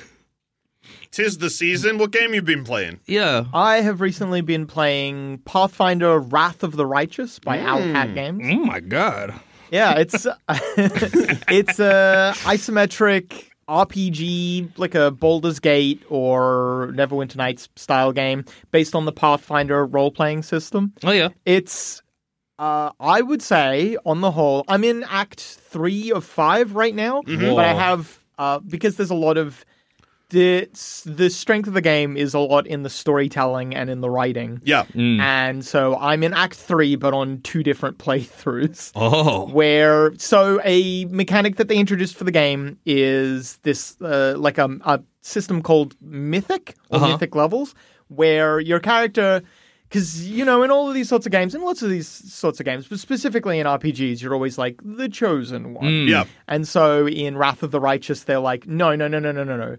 B: tis the season. What game you been playing?
D: yeah.
E: I have recently been playing Pathfinder Wrath of the Righteous by Owlcat Games.
D: Oh my god.
E: Yeah, it's it's a isometric RPG like a Baldur's Gate or Neverwinter Nights style game based on the Pathfinder role playing system.
D: Oh yeah.
E: It's uh, I would say on the whole, I'm in Act three of five right now, but I
D: Whoa.
E: have uh, because there's a lot of the the strength of the game is a lot in the storytelling and in the writing.
B: Yeah.
D: Hmm. Mm.
E: And so I'm in Act 3, but on two different playthroughs
D: Oh.
E: where so a mechanic that they introduced for the game is this uh, like a, a system called mythic or
D: Uh-huh.
E: mythic levels where your character Because, you know, in all of these sorts of games, in lots of these sorts of games, but specifically in RPGs, you're always like the chosen one.
D: Hmm.
B: Yeah.
E: And so in Wrath of the Righteous, they're like, no, no, no, no, no, no, no.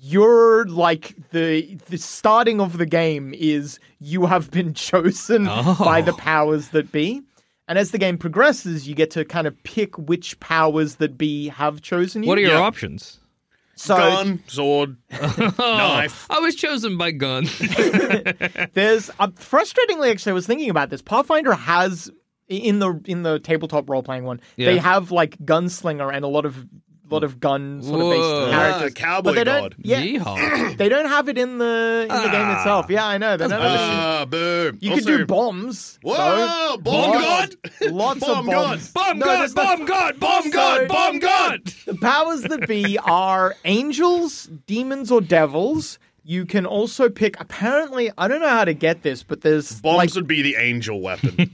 E: You're like the the starting of the game is you have been chosen
D: Oh.
E: by the powers that be. And as the game progresses, you get to kind of pick which powers that be have chosen you.
D: What are your
B: Yeah.
D: options?
E: so
B: Gun, sword, knife.
D: I was chosen by gun.
E: There's uh, frustratingly, actually, I was thinking about this. Pathfinder has in the in the tabletop role playing one,
D: Yeah.
E: they have like gunslinger and a lot of lot of gun sort of
D: Whoa.
E: based
B: Ah,
E: characters.
B: cowboy
E: But they don't,
B: god.
E: yeah,
D: Yeehaw.
E: they don't have it in the in the game itself. Yeah, I know. They don't have it.
B: Ah, boom.
E: You
B: Ah. Also-
E: could do bombs.
B: Whoa,
E: though.
B: bomb god?
E: Lots
B: Bomb
E: of
B: god.
E: bombs.
D: bomb
E: No,
D: god,
E: there's not-
D: bomb god, bomb god,
E: Sorry.
D: bomb god.
E: The powers that be are angels, demons, or devils. You can also pick. Apparently, I don't know how to get this, but there's
B: Bombs
E: like,
B: would be the angel weapon.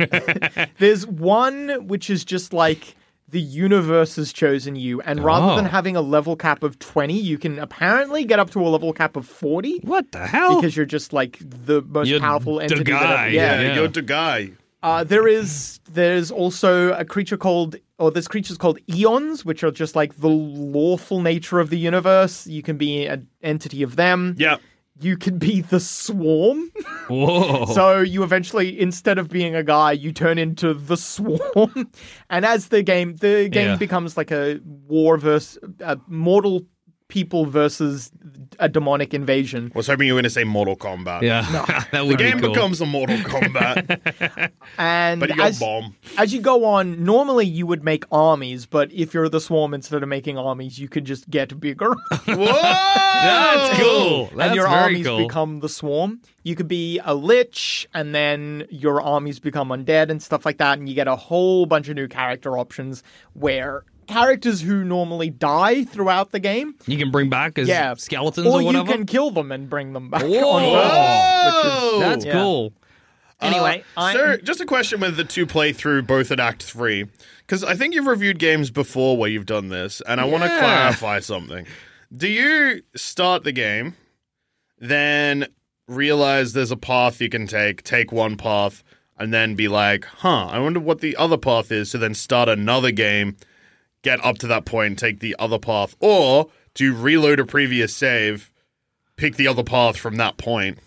E: There's one which is just like the universe has chosen you, and rather than
D: Oh.
E: having a level cap of 20, you can apparently get up to a level cap of 40
D: What the hell?
E: because you're just like the most
D: You're
E: powerful
D: the
E: entity. that ever-
D: guy,
B: yeah,
D: Yeah.
B: you're the guy.
E: Uh, there is there's also a creature called or there's creatures called eons, which are just like the lawful nature of the universe. You can be an entity of them.
B: Yeah.
E: You can be the swarm.
D: Whoa.
B: Oh.
E: So you eventually, instead of being a guy, you turn into the swarm, and as the game, the game
D: Yeah.
E: becomes like a war versus uh, mortal people versus a demonic invasion.
B: I was hoping you were going to say Mortal Kombat.
D: yeah, that
B: The
D: would be
B: game
D: cool.
B: becomes a Mortal Kombat,
E: And
B: but you got
E: as,
B: bomb.
E: as you go on, normally you would make armies, but if you're the swarm, instead of making armies, you can just get bigger.
B: Whoa!
D: That's
B: Oh.
D: cool. That's
E: and your
D: very
E: armies
D: cool.
E: become the swarm. You could be a lich, and then your armies become undead and stuff like that, and you get a whole bunch of new character options where characters who normally die throughout the game,
D: you can bring back as
E: yeah,
D: skeletons
E: or,
D: or, whatever.
E: you can kill them and bring them back.
D: Whoa.
E: On purpose, which is-
B: Whoa!
D: That's
E: Yeah.
D: cool.
E: anyway,
D: Uh,
E: I,
B: Sir, just a question with the two play through both at Act 3. Because I think you've reviewed games before where you've done this, and I want to
D: Yeah.
B: clarify something. Do you start the game, then realize there's a path you can take, take one path, and then be like, huh, I wonder what the other path is, so then start another game, get up to that point, take the other path? Or do you reload a previous save, pick the other path from that point,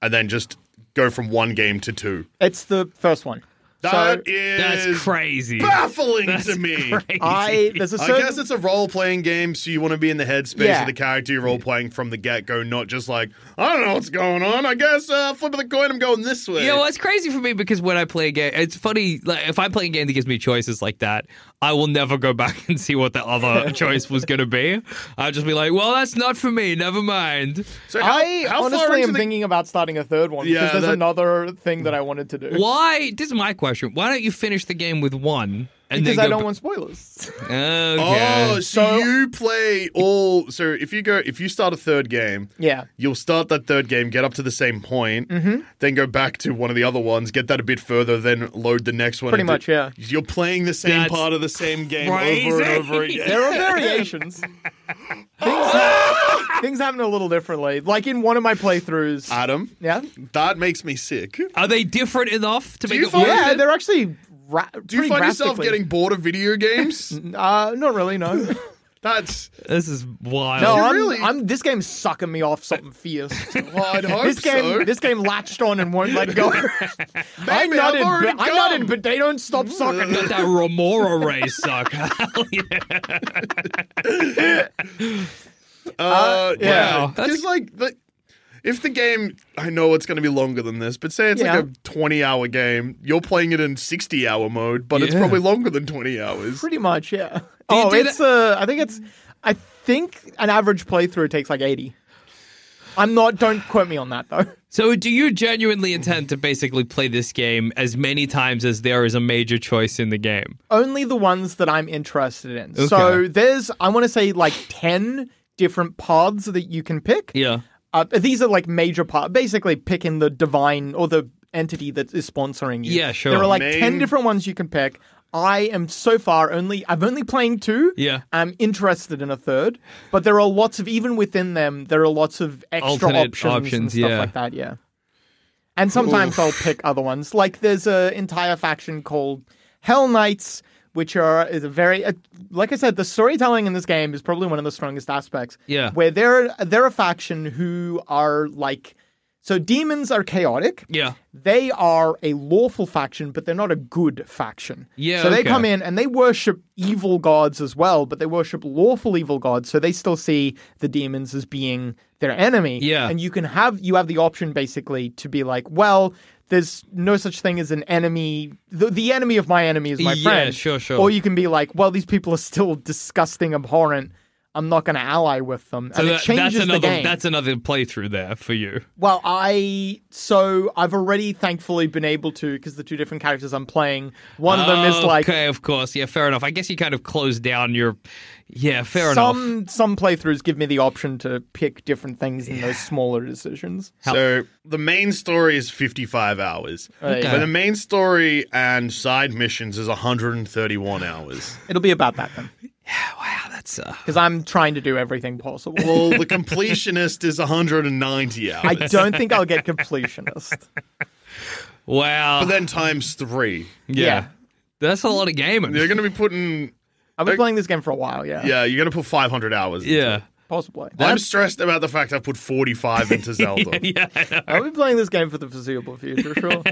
B: and then just go from one game to two?
E: it's the first one.
B: That
E: so
B: is
D: That's crazy.
B: baffling to me.
D: Crazy.
E: I there's a
B: I
E: certain
B: guess it's a role playing game, so you want to be in the headspace
E: Yeah.
B: of the character you're role playing from the get go, not just like, I don't know what's going on. I guess uh, flip of the coin, I'm going this way.
D: Yeah, well, it's crazy for me because when I play a game, it's funny. Like, if I play a game that gives me choices like that, I will never go back and see what the other choice was going to be. I'll just be like, "Well, that's not for me. Never mind."
B: so how,
E: I
B: how far
E: honestly
B: into
E: am
B: the-
E: thinking about starting a third one
B: Yeah,
E: because there's
B: that-
E: another thing that I wanted to do.
D: Why? This is my question. Why don't you finish the game with one? And
E: Because
D: then
E: I
D: go
E: don't
D: ba-
E: want spoilers.
D: Okay.
B: Oh, so, you play all. So if you go, if you start a third game,
E: yeah.
B: you'll start that third game, get up to the same point, then go back to one of the other ones, get that a bit further, then load the next one.
E: Pretty
B: and do-
E: much, yeah.
B: You're playing the same
D: That's
B: part of the same game over
D: crazy.
B: and over again.
E: There are variations. things, ha- things happen a little differently. Like in one of my playthroughs.
B: Adam,
E: yeah?
B: that makes me sick.
D: Are they different enough to make
B: you
D: it
B: find-
D: worth
E: Yeah,
D: it?
E: they're actually. Ra-
B: Do you find yourself getting bored of video games?
E: Uh, not really, no. no,
B: That's
D: This is wild.
E: I'm,
B: really-
E: I'm. This game's sucking me off something fierce.
B: well, I'd hope
E: this game,
B: so.
E: this game latched on and won't let go. I
B: Baby, I've
E: nodded,
B: already
E: but, I
B: come.
E: nodded, but they don't stop sucking.
D: Got that Remora ray suck. Hell yeah.
B: Uh,
E: yeah.
B: yeah,
D: Wow, that's-
B: because like the, if the game, I know it's going to be longer than this, but say it's
E: Yeah.
B: like a twenty-hour game, you're playing it in sixty-hour mode, but it's
D: Yeah.
B: probably longer than twenty hours.
E: Pretty much, yeah.
D: you
E: Oh,
D: do
E: it's uh, I think it's, I think an average playthrough takes like eighty. I'm not. Don't quote me on that though.
D: So, do you genuinely intend to basically play this game as many times as there is a major choice in the game?
E: Only the ones that I'm interested in.
D: Okay.
E: So there's, I want to say like ten different paths that you can pick.
D: Yeah.
E: Uh, these are like major paths. Basically, picking the divine or the entity that is sponsoring you.
D: Yeah, sure.
E: There are like
B: Main-
E: ten different ones you can pick. I am so far only. I'm only playing two.
D: Yeah.
E: I'm interested in a third, but there are lots of even within them. There are lots of extra
D: Alternate
E: options,
D: options,
E: and stuff
D: yeah.
E: like that. Yeah. And sometimes I'll pick other ones. Like there's an entire faction called Hell Knights, which are is a very uh, like I said, the storytelling in this game is probably one of the strongest aspects.
D: Yeah.
E: where they're they're a faction who are like so demons are chaotic.
D: Yeah.
E: They are a lawful faction, but they're not a good faction.
D: Yeah,
E: So they
D: okay.
E: come in and they worship evil gods as well, but they worship lawful evil gods. So they still see the demons as being their enemy.
D: Yeah.
E: And you can have you have the option basically to be like, well, there's no such thing as an enemy. The, the enemy of my enemy is my
D: Yeah,
E: friend.
D: sure, sure.
E: Or you can be like, well, these people are still disgusting, abhorrent. I'm not going to ally with them.
D: So
E: and
D: that-
E: it changes
D: Uh, that's another
E: the game.
D: that's another playthrough there for you.
E: Well, I so I've already thankfully been able to because the two different characters I'm playing, one of them is like
D: Oh, Ah, okay, of course, yeah, fair enough. I guess you kind of close down your, yeah, fair enough.
E: some some playthroughs give me the option to pick different things in those smaller decisions.
B: So the main story is 55 hours.
E: Right.
B: But the main story and side missions is 131 hours.
E: It'll be about that then
D: Wow, that's uh,
E: because I'm trying to do everything possible.
B: Well, the completionist is 190 hours.
E: I don't think I'll get completionist.
D: wow.
B: But then times three.
D: yeah.
E: yeah.
D: that's a lot of gaming.
B: You're going to be putting,
E: I've been playing this game for a while, yeah,
B: yeah, you're going to put 500 hours. into
D: yeah,
B: it.
E: possibly.
B: I'm stressed about the fact I put 45 into Zelda.
D: yeah.
E: I'll be playing this game for the foreseeable future, sure.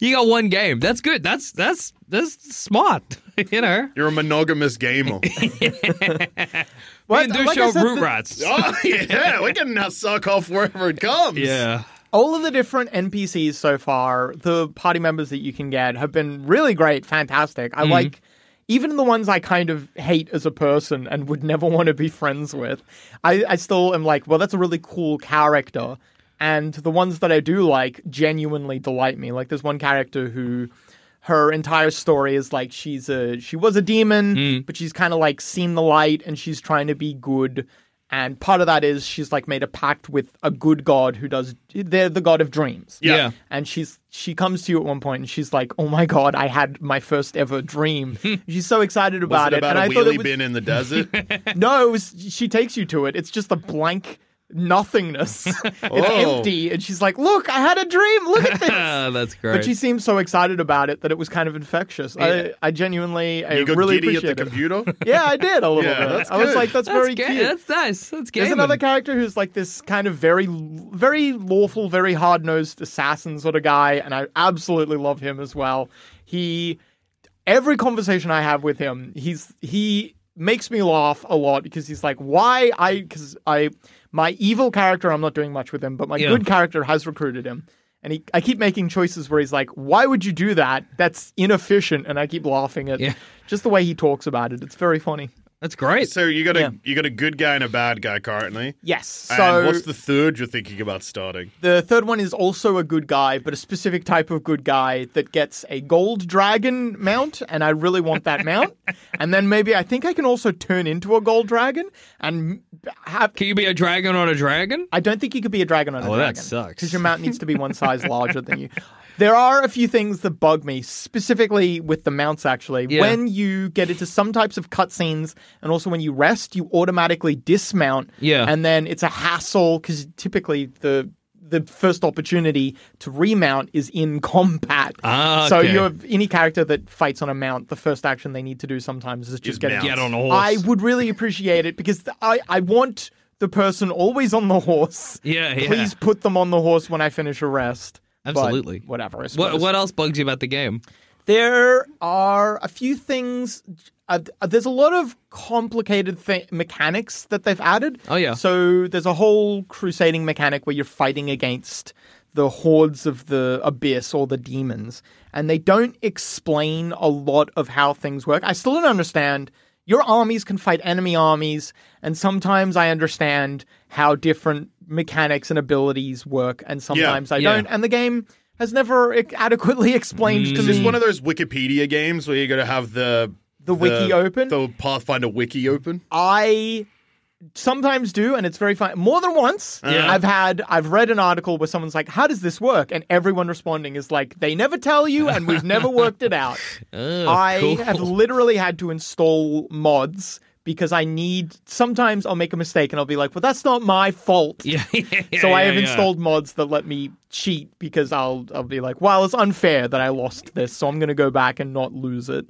D: You got one game. That's good. That's that's that's smart. you know,
B: You're a monogamous gamer.
E: But,
D: and do
E: like I
D: show
E: said,
D: root
E: the-
D: rats.
B: oh, yeah, we're getting our sock off wherever it comes.
D: Yeah,
E: all of the different NPCs so far, the party members that you can get have been really great, fantastic. I like even the ones I kind of hate as a person and would never want to be friends with. I, I still am like, well, that's a really cool character. And the ones that I do like genuinely delight me. Like there's one character who her entire story is like she's a she was a demon, but she's kind of like seen the light and she's trying to be good. And part of that is she's like made a pact with a good god who does they're the god of dreams.
B: Yeah.
D: Yeah.
E: And she's she comes to you at one point and she's like, "Oh my god, I had my first ever dream." she's so excited
B: Was
E: about
B: it about
E: and
B: a
E: I thought
B: wheelie
E: it was
B: bin in the desert?
E: no, it was, she takes you to it. It's just a blank nothingness. it's
B: Oh.
E: empty, and she's like, "Look, I had a dream. Look at this."
D: Ah, that's great.
E: but she seemed so excited about it that it was kind of infectious. I, I genuinely, I
B: you got
E: really
B: giddy at
E: appreciate
B: the
E: it.
B: computer?
E: Yeah, I did a little
B: Yeah,
E: bit.
B: that's
E: I was
B: good.
E: like, "That's,
D: that's
E: very
D: ga-
E: cute."
D: That's nice. That's
E: There's
D: gaming.
E: another character who's like this kind of very, very lawful, very hard nosed assassin sort of guy, and I absolutely love him as well. He, every conversation I have with him, he's he makes me laugh a lot because he's like, why I because I my evil character I'm not doing much with him, but my
D: Yeah.
E: good character has recruited him. And he, I keep making choices where he's like, "Why would you do that? That's inefficient." And I keep laughing at
D: Yeah.
E: just the way he talks about it. It's very funny.
D: That's great.
B: So you got a
E: Yeah.
B: you got a good guy and a bad guy currently.
E: Yes. So
B: and what's the third you're thinking about starting?
E: The third one is also a good guy, but a specific type of good guy that gets a gold dragon mount, and I really want that mount. And then maybe I think I can also turn into a gold dragon and have.
D: Can you be a dragon on a dragon?
E: I don't think you could be a dragon on a
D: Oh, that
E: dragon.
D: sucks.
E: Because your mount needs to be one size larger than you. There are a few things that bug me, specifically with the mounts, actually.
D: Yeah.
E: When you get into some types of cutscenes and also when you rest, you automatically dismount.
D: Yeah.
E: And then it's a hassle because typically the. The first opportunity to remount is in combat.
D: Ah,
E: So
D: okay.
E: you have any character that fights on a mount, the first action they need to do sometimes is just
B: Is
E: get,
B: mount.
D: Get on a horse.
E: I would really appreciate it because th- I, I want the person always on the horse.
D: Yeah, yeah.
E: Please put them on the horse when I finish a rest. But
D: Absolutely.
E: whatever. I
D: What
E: suppose.
D: what else bugs you about the game?
E: There are a few things. Uh, there's a lot of complicated th- mechanics that they've added.
D: Oh, yeah.
E: So there's a whole crusading mechanic where you're fighting against the hordes of the abyss or the demons, and they don't explain a lot of how things work. I still don't understand. Your armies can fight enemy armies, and sometimes I understand how different mechanics and abilities work, and sometimes I
D: yeah.
E: don't. And the game has never ec- adequately explained to
B: Is
E: me.
B: this one of those Wikipedia games where you got to have the
E: Hmm. The wiki open?
B: the Pathfinder wiki open?
E: I sometimes do, and it's very fun. More than once,
B: Yeah.
E: I've had I've read an article where someone's like, "How does this work?" and everyone responding is like, "They never tell you, and we've never worked it out." I have literally had to install mods because I need. Sometimes I'll make a mistake and I'll be like, "Well, that's not my fault."
D: Yeah.
E: so I have
D: yeah, yeah.
E: installed mods that let me cheat because I'll I'll be like, well, it's unfair that I lost this, so I'm gonna go back and not lose it.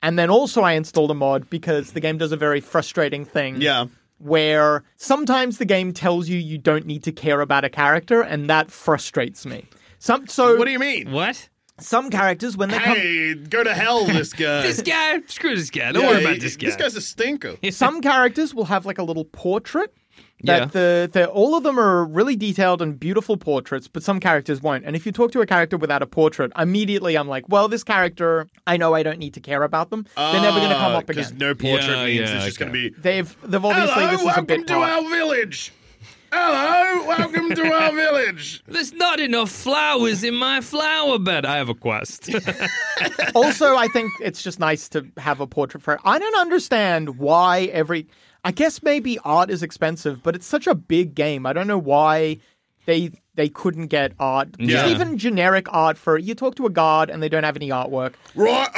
E: And then also I installed a mod because the game does a very frustrating thing.
B: Yeah.
E: Where sometimes the game tells you you don't need to care about a character, and that frustrates me. Some so
B: What do you mean?
D: What?
E: some characters when they come
B: Hey, go to hell, this guy.
D: This guy? Screw this guy. Don't
B: Yeah,
D: worry about
B: he-
D: this guy.
B: This guy's a stinker.
E: some characters will have like a little portrait that
D: Yeah.
E: the, the all of them are really detailed and beautiful portraits but some characters won't and if you talk to a character without a portrait immediately i'm like well this character i know i don't need to care about them they're never going to come up
B: Because
E: again
B: Oh, Ah, no portrait
D: Yeah,
B: means
D: yeah,
B: it's just
D: okay.
B: going to be.
E: they've they've obviously
B: Hello,
E: this is a
B: welcome
E: bit
B: to
E: part.
B: our village. Hello, welcome to our village.
D: There's not enough flowers in my flower bed. I have a quest.
E: also i think it's just nice to have a portrait for i don't understand why every i guess maybe art is expensive but it's such a big game i don't know why they they couldn't get art
D: Yeah.
E: just even generic art for you talk to a guard and they don't have any artwork
B: Right,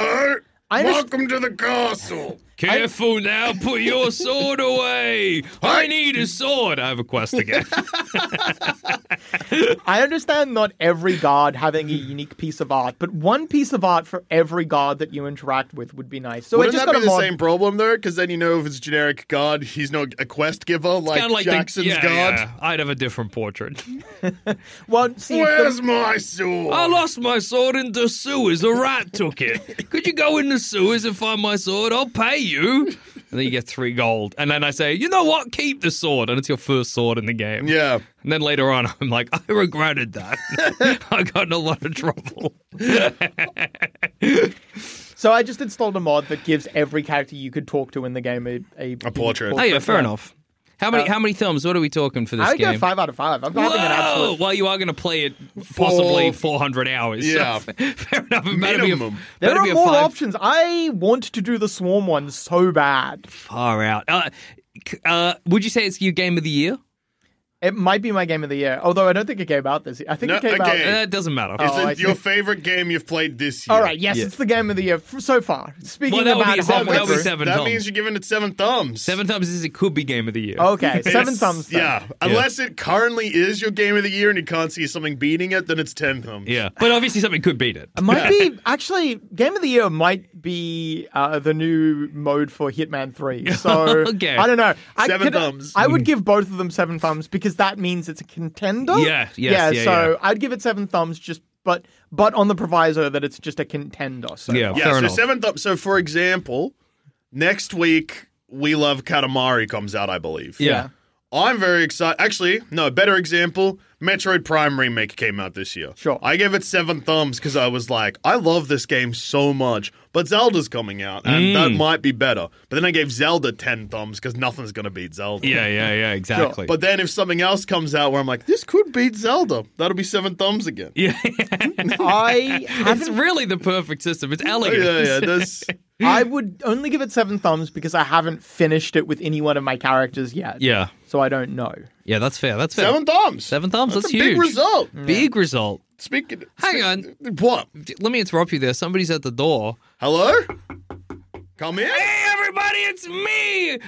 E: I just-
B: welcome to the castle.
D: Careful now, put your sword away. I need a sword. I have a quest again.
E: i understand not every guard having a unique piece of art but one piece of art for every guard that you interact with would be nice so
B: Wouldn't
E: i just
B: that
E: got
B: be
E: a
B: the
E: mod
B: same problem though? Because then you know if it's generic god, he's not a quest giver like,
D: Kinda like the-
B: Jackson's
D: yeah,
B: god.
D: yeah. I'd have a different portrait.
E: well see the- Oh,
B: Where's my sword?
D: I lost my sword in the sewers. A rat took it. Could you go in the sewers and find my sword? I'll pay you. And then you get three gold. And then I say, you know what? Keep the sword. And it's your first sword in the game.
B: yeah.
D: And then later on, I'm like, I regretted that. I got in a lot of trouble.
E: so i just installed a mod that gives every character you could talk to in the game a, a,
B: A portrait.
D: Oh yeah, fair
E: Yeah.
D: enough. How many?
E: Uh,
D: how many thumbs? What are we talking for this
E: I would
D: game?
E: go five out of five. I'm having
D: Whoa!
E: an absolute.
D: Well, you are going to play it possibly 400 hours. so
B: Yeah.
D: fair enough. It better be a,
B: Minimum.
E: There
D: better
E: are
D: be a
E: more
D: five
E: options. I want to do the swarm one so bad.
D: far out. Uh, c- uh, would you say it's your game of the year?
E: It might be my game of the year. Although I don't think it came out this. year. I think
B: No,
E: it came
B: okay.
E: out.
B: Yeah.
D: Uh, it doesn't matter.
B: Is
E: Oh, I
B: it your
E: see.
B: favorite game you've played this year?
E: All right. Yes,
D: Yeah.
E: it's the game of the year f- so far.
D: Well,
E: Speaking
D: that would
E: about
D: be a seven-
E: halfway
D: that would be
E: through.
D: seven
B: that
D: thumbs.
B: means you're giving it seven thumbs.
D: Seven thumbs is it could be game of the year.
E: Okay, seven
B: It's-
E: thumbs. then.
B: Yeah. Unless it currently is your game of the year and you can't see something beating it, then it's ten thumbs.
D: Yeah, but obviously something could beat it.
E: It Might be actually game of the year might be uh, the new mode for Hitman Three. So
D: Okay. Mm.
E: I don't know. I
B: Seven
E: could-
B: thumbs.
E: I would give both of them seven thumbs because that means it's a contender.
D: Yeah, yes, yeah,
E: so
D: yeah.
E: I'd give it seven thumbs just but but on the proviso that it's just a contender. So
D: Yeah,
E: far.
B: Yeah,
D: fair
B: so
D: enough.
B: seven thumbs. So for example, next week We Love Katamari comes out, I believe.
D: yeah.
B: I'm very excited. Actually, no, a better example Metroid Prime Remake came out this year.
E: Sure.
B: I gave it seven thumbs because I was like, I love this game so much, but Zelda's coming out and
D: Mm.
B: that might be better. But then I gave Zelda 10 thumbs because nothing's going to beat Zelda.
D: yeah, yeah, yeah, exactly.
B: But then if something else comes out where I'm like, this could beat Zelda, that'll be seven thumbs again. Yeah,
E: I
D: it's
E: haven't-
D: really the perfect system. It's elegant.
B: Oh, yeah, yeah. There's,
E: I would only give it seven thumbs because I haven't finished it with any one of my characters yet.
D: yeah,
E: So I don't know.
D: yeah. That's fair. That's fair.
B: seven thumbs.
D: Seven thumbs.
B: That's,
D: That's,
B: a
D: huge.
B: big result.
D: Big result.
B: Speaking.
D: Hang
B: on. What?
D: D- Let me interrupt you there. Somebody's at the door.
B: Hello? Come in?
D: Hey, everybody, it's me,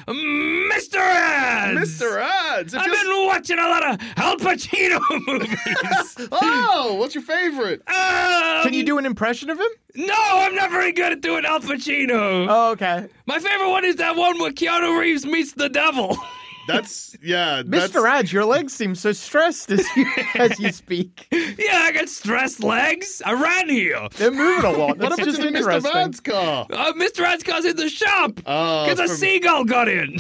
D: Mr. Ads.
B: Mr. Ads. If
D: I've
B: you're-
D: been watching a lot of Al Pacino movies.
B: Oh, what's your favorite?
D: Um,
E: Can you do an impression of him?
D: No, I'm not very good at doing Al Pacino.
E: Oh, okay.
D: My favorite one is that one where Keanu Reeves meets the devil.
B: That's yeah, that's,
E: Mr. Adge, your legs seem so stressed as you, as you speak.
D: yeah, I got stressed legs. I ran here.
E: They're moving a lot. That's
B: What happened
E: just
B: to Mr.
E: interesting.
B: Bad's car?
D: Uh, Mr. Ascar's in the shop
B: Oh,
D: because a
B: from-
D: seagull got in.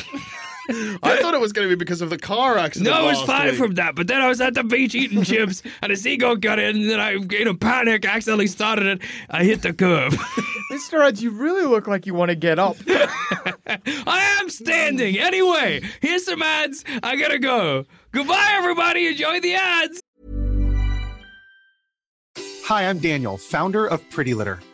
B: I thought it was going to be because of the car accident.
D: No, it was
B: last
D: fine
B: week.
D: from that. But then I was at the beach eating chips, and a seagull got in, and then I, in a panic, accidentally started it. I hit the curb.
E: Mr. Adge, you really look like you want to get up.
D: I am standing. Anyway, here's some ads. I gotta go. Goodbye, everybody. Enjoy the ads.
F: Hi, I'm Daniel, founder of Pretty Litter.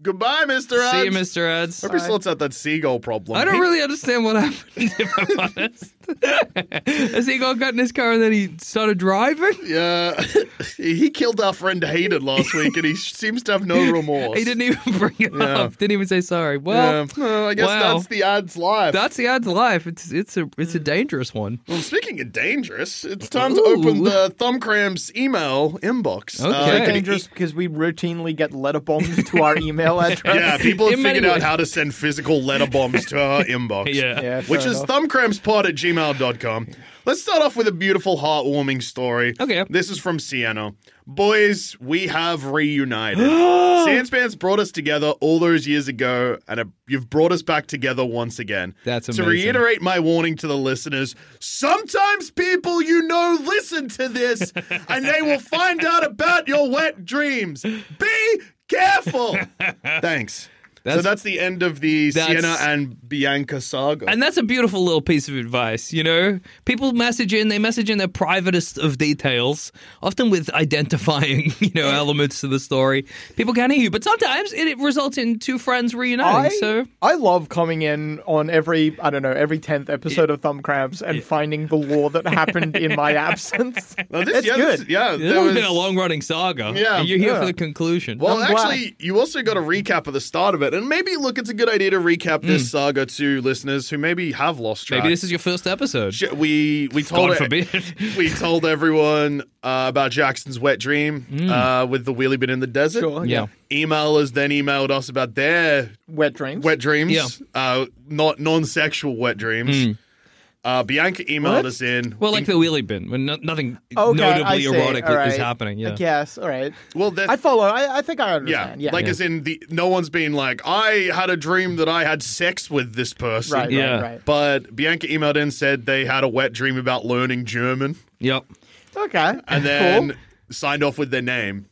B: Goodbye, Mr. Ed.
D: See you, Mr. Eds.
B: Hope he sorts out that seagull problem.
D: I don't really understand what happened, if I'm honest. As he got got in his car and then he started driving.
B: Yeah, he killed our friend Hayden last week, and he seems to have no remorse.
D: He didn't even bring it up. Didn't even say sorry. Well,
B: Yeah. Well, I guess
D: wow.
B: that's the Mm. ad's life.
D: that's the ad's life. It's it's a it's a dangerous one.
B: well, speaking of dangerous, it's time to
D: Ooh.
B: open the Thumbcramps email inbox. Uh,
D: Okay.
B: you can
E: Dangerous because we routinely get letter bombs to our email address.
B: Yeah, people have
D: In many
B: figured out
D: ways.
B: how to send physical letter bombs to our inbox.
D: Yeah.
E: Yeah,
B: Which
E: fair
B: is
E: enough.
B: thumbcrampspod at gmail.com. Let's start off with a beautiful, heartwarming story.
D: Okay.
B: This is from Sienna. Boys, we have reunited. Sandspans brought us together all those years ago, and uh, you've brought us back together once again.
D: That's
B: To
D: amazing.
B: reiterate my warning to the listeners, sometimes people you know listen to this, and they will find out about your wet dreams. Be careful. Thanks. so
D: That's-
B: that's the end of the
D: That's-
B: Sienna and Bianca saga.
D: And that's a beautiful little piece of advice, you know? People message in, they message in their privatest of details, often with identifying, you know, elements to the story. People can hear you, but sometimes it, it results in two friends reuniting.
E: I,
D: so
E: I love coming in on every I don't know every tenth episode of Thumb Cramps and finding the lore that happened in my absence.
B: Now, this-
E: That's
B: yeah,
E: good.
B: this- yeah,
D: it's
B: there was
D: been a long running saga.
B: Yeah.
D: and you're here
E: Yeah.
D: for the conclusion.
B: Well,
E: I'm glad.
B: actually, you also got a recap of the start of it, and maybe look, it's a good idea to recap this saga to listeners who maybe have lost track.
D: Hmm. Maybe this is your first episode.
B: Sh- we we told
D: God
B: it-
D: forbid.
B: we told everyone uh, about Jackson's wet dream
D: Hmm.
B: uh, with the wheelie bin in the desert.
E: Sure,
D: yeah.
B: Emailers then emailed us about their
E: Wet dreams.
B: wet dreams,
D: Yeah. Hmm.
B: uh, not non-sexual wet dreams. Uh, Bianca emailed
E: What?
B: us in.
D: Well, like the wheelie bin, when no, nothing
E: Okay, I
D: notably
E: see.
D: erotic
E: All right.
D: is happening. Yeah.
E: I guess. All right.
B: well, that,
E: I follow. I, I think I
B: Yeah,
E: understand. Yeah.
B: like as in the no one's been like I had a dream that I had sex with this person.
E: right.
D: Yeah.
E: Right. Right.
B: But Bianca emailed in said they had a wet dream about learning German
D: Yep.
E: Okay.
B: and then
E: cool.
B: signed off with their name.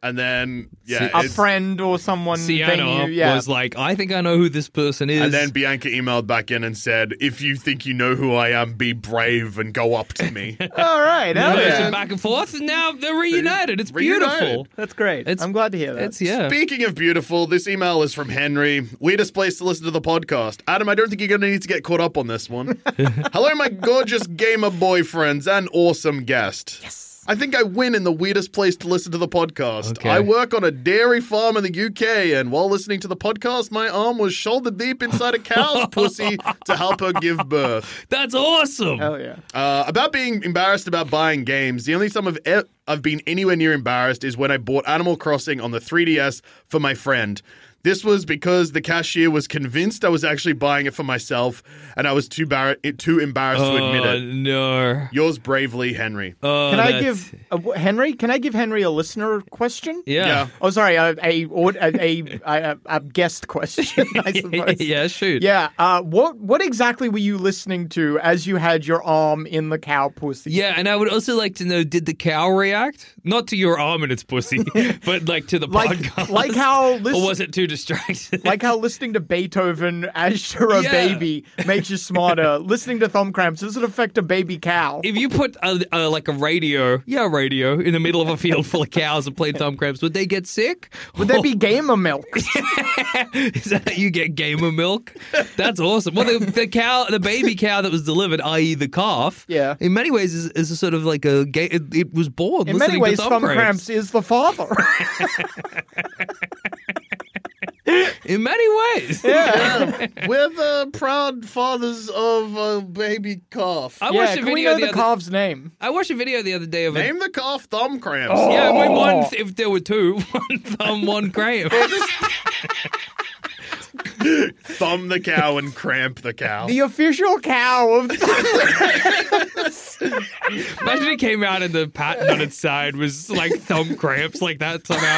B: And then yeah,
D: See,
E: a
B: it's-
E: friend or someone. they
D: Sienna
E: knew- yeah.
D: was like, I think I know who this person is.
B: and then Bianca emailed back in and said, "If you think you know who I am, be brave and go up to me."
E: all right.
D: Now
E: hell
D: there's
E: yeah.
D: some back and forth, and now they're reunited. It's
B: Reunited.
D: beautiful.
E: That's great.
D: It's-
E: I'm glad to hear that.
D: It's yeah.
B: Speaking of beautiful, this email is from Henry. Weirdest place to listen to the podcast. Adam, I don't think you're going to need to get caught up on this one. Hello, my gorgeous gamer boyfriends and awesome guest. Yes. I think I win in the weirdest place to listen to the podcast.
D: Okay.
B: I work on a dairy farm in the UK, and while listening to the podcast, my arm was shoulder deep inside a cow's pussy to help her give birth.
D: That's awesome.
E: Hell yeah.
B: Uh, about being embarrassed about buying games, the only time I've, e- I've been anywhere near embarrassed is when I bought Animal Crossing on the 3DS for my friend. This was because the cashier was convinced I was actually buying it for myself, and I was too, bar- too embarrassed to admit
D: Oh,
B: it.
D: no.
B: Yours bravely, Henry.
D: Oh,
E: Can I
D: that's-
E: give uh, wh- Henry? Can I give Henry a listener question?
D: Yeah.
E: Oh, sorry, a a aud- a, a, a, a guest question, I
D: Yeah,
E: suppose.
D: shoot.
E: Yeah, Uh, what what exactly were you listening to as you had your arm in the cow pussy?
D: Yeah, and I would also like to know did the cow react? Not to your arm and its pussy, but like to the
E: Like-
D: podcast.
E: like how lis-
D: Or was it too distracted?
E: Like how listening to Beethoven as you're a
D: Yeah.
E: baby makes you smarter. listening to thumb cramps doesn't affect a baby cow.
D: if you put a, a, like a radio, yeah, a radio, in the middle of a field full of cows and played thumb cramps, would they get sick?
E: Would there be gamer milk?
D: Is that how you get gamer milk? That's awesome. Well, the, the cow, the baby cow that was delivered, i.e., the calf,
E: Yeah.
D: in many ways is, is a sort of like a gay. It, it was born.
E: In many
D: listening
E: ways,
D: to
E: thumb cramps is the father.
D: In many ways.
B: We're the proud fathers of a baby calf.
D: I
E: yeah,
D: watched a
E: can we
D: video
E: know
D: the,
E: the,
D: other.
E: calf's name?
D: I watched a video the other day of
B: Name the calf thumb cramps.
D: a. Yeah,
B: Oh.
D: I mean, one th- if there were two, one thumb, one cramp.
B: Thumb the cow and cramp the cow.
E: The official cow of
D: Imagine it came out and the pattern on its side was like thumb cramps, like that somehow.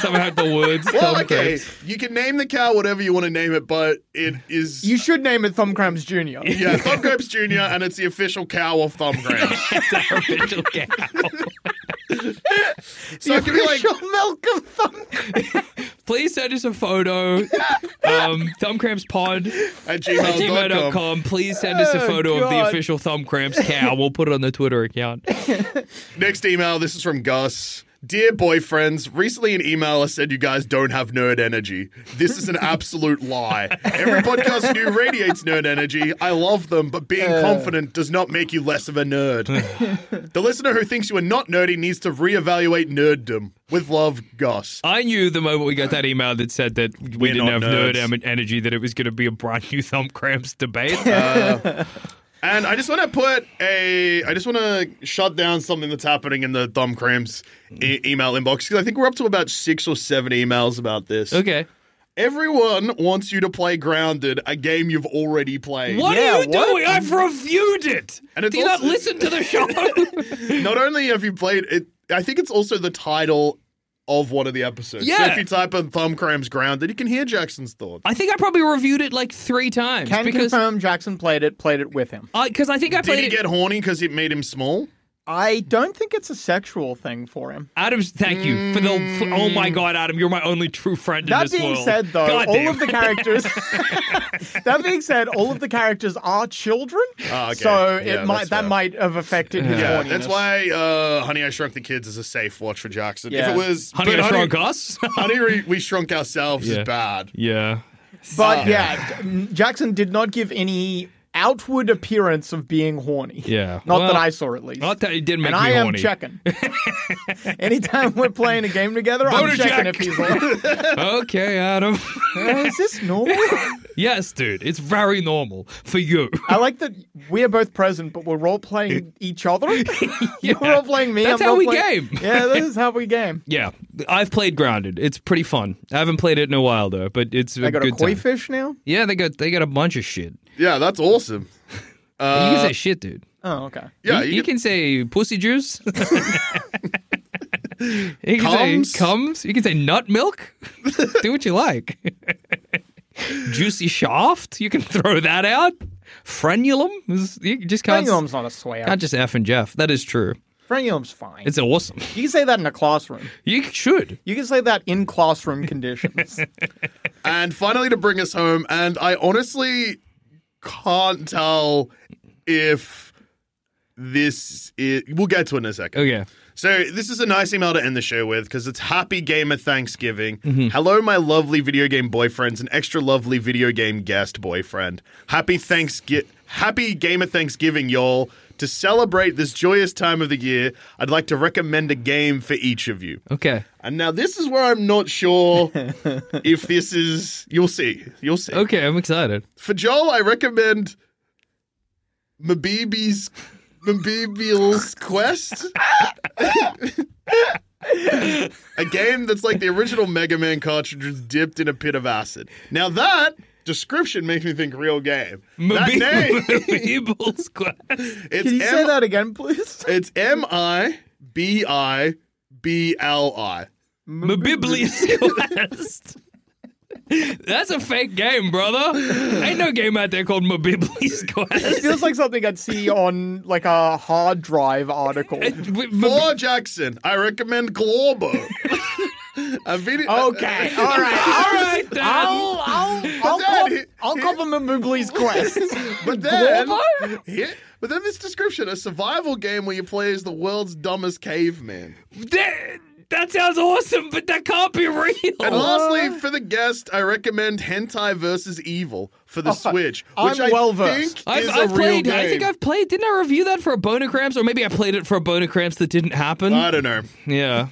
D: somehow the words
B: well,
D: thumb
B: okay,
D: cramps.
B: you can name the cow whatever you want to name it, but it is
E: You should name it Thumb Cramps Junior.
B: Yeah, Thumb Gramps Jr., and it's the official cow of Thumb Gramps.
D: It's our official cow.
B: So it could be like,
E: Official milk of thumb.
D: Please send us a photo. Um, Thumbcramps pod uh,
B: at
D: at
B: gmail.com.
D: gmail.com. Please send us a
E: Oh,
D: photo of the
E: God.
D: official Thumbcramps cow. We'll put it on the Twitter account.
B: Next email, this is from Gus. Dear boyfriends, recently an emailer said you guys don't have nerd energy. This is an absolute lie. Every podcast you do radiates nerd energy. I love them, but being confident does not make you less of a nerd. the listener who thinks you are not nerdy needs to reevaluate nerddom. With love, Gus.
D: I knew the moment we got that email that said that we
B: We're
D: didn't
B: not
D: have nerd
B: nerds.
D: em- energy that it was going to be a brand new Thumbcramps debate. Uh,
B: And I just want to put a, I just want to shut down something that's happening in the thumb cramps e- email inbox because I think we're up to about six or seven emails about this.
D: okay.
B: Everyone wants you to play Grounded, a game you've already played.
D: What
E: Yeah,
D: are you
E: what?
D: doing? I've reviewed it.
B: And it's
D: Do you not
B: also-
D: listen to the show?
B: Not only have you played it, I think it's also the title of one of the episodes. So
D: Yeah.
B: if you type in Thumb Cramps Grounded, you can hear Jackson's thoughts.
D: I think I probably reviewed it like three times
E: Can
D: because
E: confirm Jackson played it. Played it with him.
D: I because I think I
B: Did
D: played
B: he
D: it.
B: get horny because it made him small?
E: I don't think it's a sexual thing for him.
D: Adam's, thank you for the. for- oh my God, Adam, you're my only true friend in
E: Mm. That
D: this
E: being
D: world.
E: said, though,
D: God
E: all
D: damn.
E: of the characters. that being said, all of the characters are children,
B: Ah, okay.
E: so it
B: Yeah,
E: might
B: that's
E: that
B: fair.
E: might have affected his
B: Yeah,
E: horniness.
B: that's why uh, Honey I Shrunk the Kids is a safe watch for Jackson.
E: Yeah.
B: If it was
D: Honey,
B: but
D: I shrunk us.
B: Honey, we, we shrunk ourselves
D: Yeah.
B: is bad.
D: yeah. Oh.
E: But yeah, d- Jackson did not give any outward appearance of being horny.
D: Yeah.
E: Not
D: Well,
E: that I saw, at least.
D: Not that it did make
E: and
D: me
E: I am
D: horny.
E: checking. Anytime we're playing a game together, I'm
D: Boner
E: checking
D: check.
E: if he's horny.
D: okay, Adam.
E: Uh, Is this normal?
D: yes, dude. It's very normal for you.
E: I like that we're both present, but we're role playing each other. You're role playing me.
D: That's
E: I'm
D: how we
E: role-playing-
D: game.
E: Yeah, this is how we game.
D: Yeah, I've played Grounded. It's pretty fun. I haven't played it in a while though, but it's a
E: I got a
D: good
E: koi
D: time.
E: fish now.
D: Yeah, they got they got a bunch of shit.
B: Yeah, that's awesome.
E: Uh,
B: Uh,
D: you can say shit, dude.
E: Oh, okay.
B: Yeah,
D: you,
B: you
D: you
B: can-
D: can say pussy juice. you can
B: Cums?
D: say comes. You can say nut milk. Do what you like. Juicy shaft. You can throw that out. Frenulum. is- You just can't.
E: Frenulum's not a swear.
D: Can't just f and Jeff. That is true.
E: Frenulum's fine.
D: It's awesome.
E: You can say that in a classroom.
D: You should.
E: You can say that in classroom conditions.
B: and finally, to bring us home, and I honestly can't tell if this is. We'll get to it in a second.
D: Okay.
B: So this is a nice email to end the show with because it's Happy Gamer Thanksgiving. Hello, my lovely video game boyfriends and extra lovely video game guest boyfriend. Happy Thanksgiving. Happy Gamer Thanksgiving, y'all. To celebrate this joyous time of the year, I'd like to recommend a game for each of you.
D: Okay.
B: And now this is where I'm not sure if this is. You'll see. You'll see.
D: Okay. I'm excited.
B: For Joel, I recommend Mabibi's Mabibial's Quest. a game that's like the original Mega Man cartridges dipped in a pit of acid. Now that description makes me think real game. That name,
D: Meebles Quest.
B: it's
E: Can you say
B: M-
E: that again, please?
B: It's M I B I B L I.
D: Mabiblius Quest. That's a fake game, brother. Ain't no game out there called Mabiblius Quest.
E: Feels like something I'd see on like a hard drive article.
B: For Jackson, I recommend Glorbo. a video.
E: Okay, all right.
D: All right, Dad.
E: I'll I'll I'll cop,
B: then-
E: I'll cop him a Moobly's quest.
B: But then,
E: Glorbo?
B: Yeah, but then this description: a survival game where you play as the world's dumbest caveman.
D: that, that sounds awesome, but that can't be real.
B: And lastly, for the guest, I recommend Hentai versus Evil for
D: Oh,
B: the Switch,
E: I'm
B: which I
E: well-versed.
B: think
D: I've,
B: is
D: I've
B: a real
D: played.
B: game.
D: I think I've played. Didn't I review that for a boner cramps, or maybe I played it for a boner cramps that didn't happen?
B: I don't know.
D: yeah.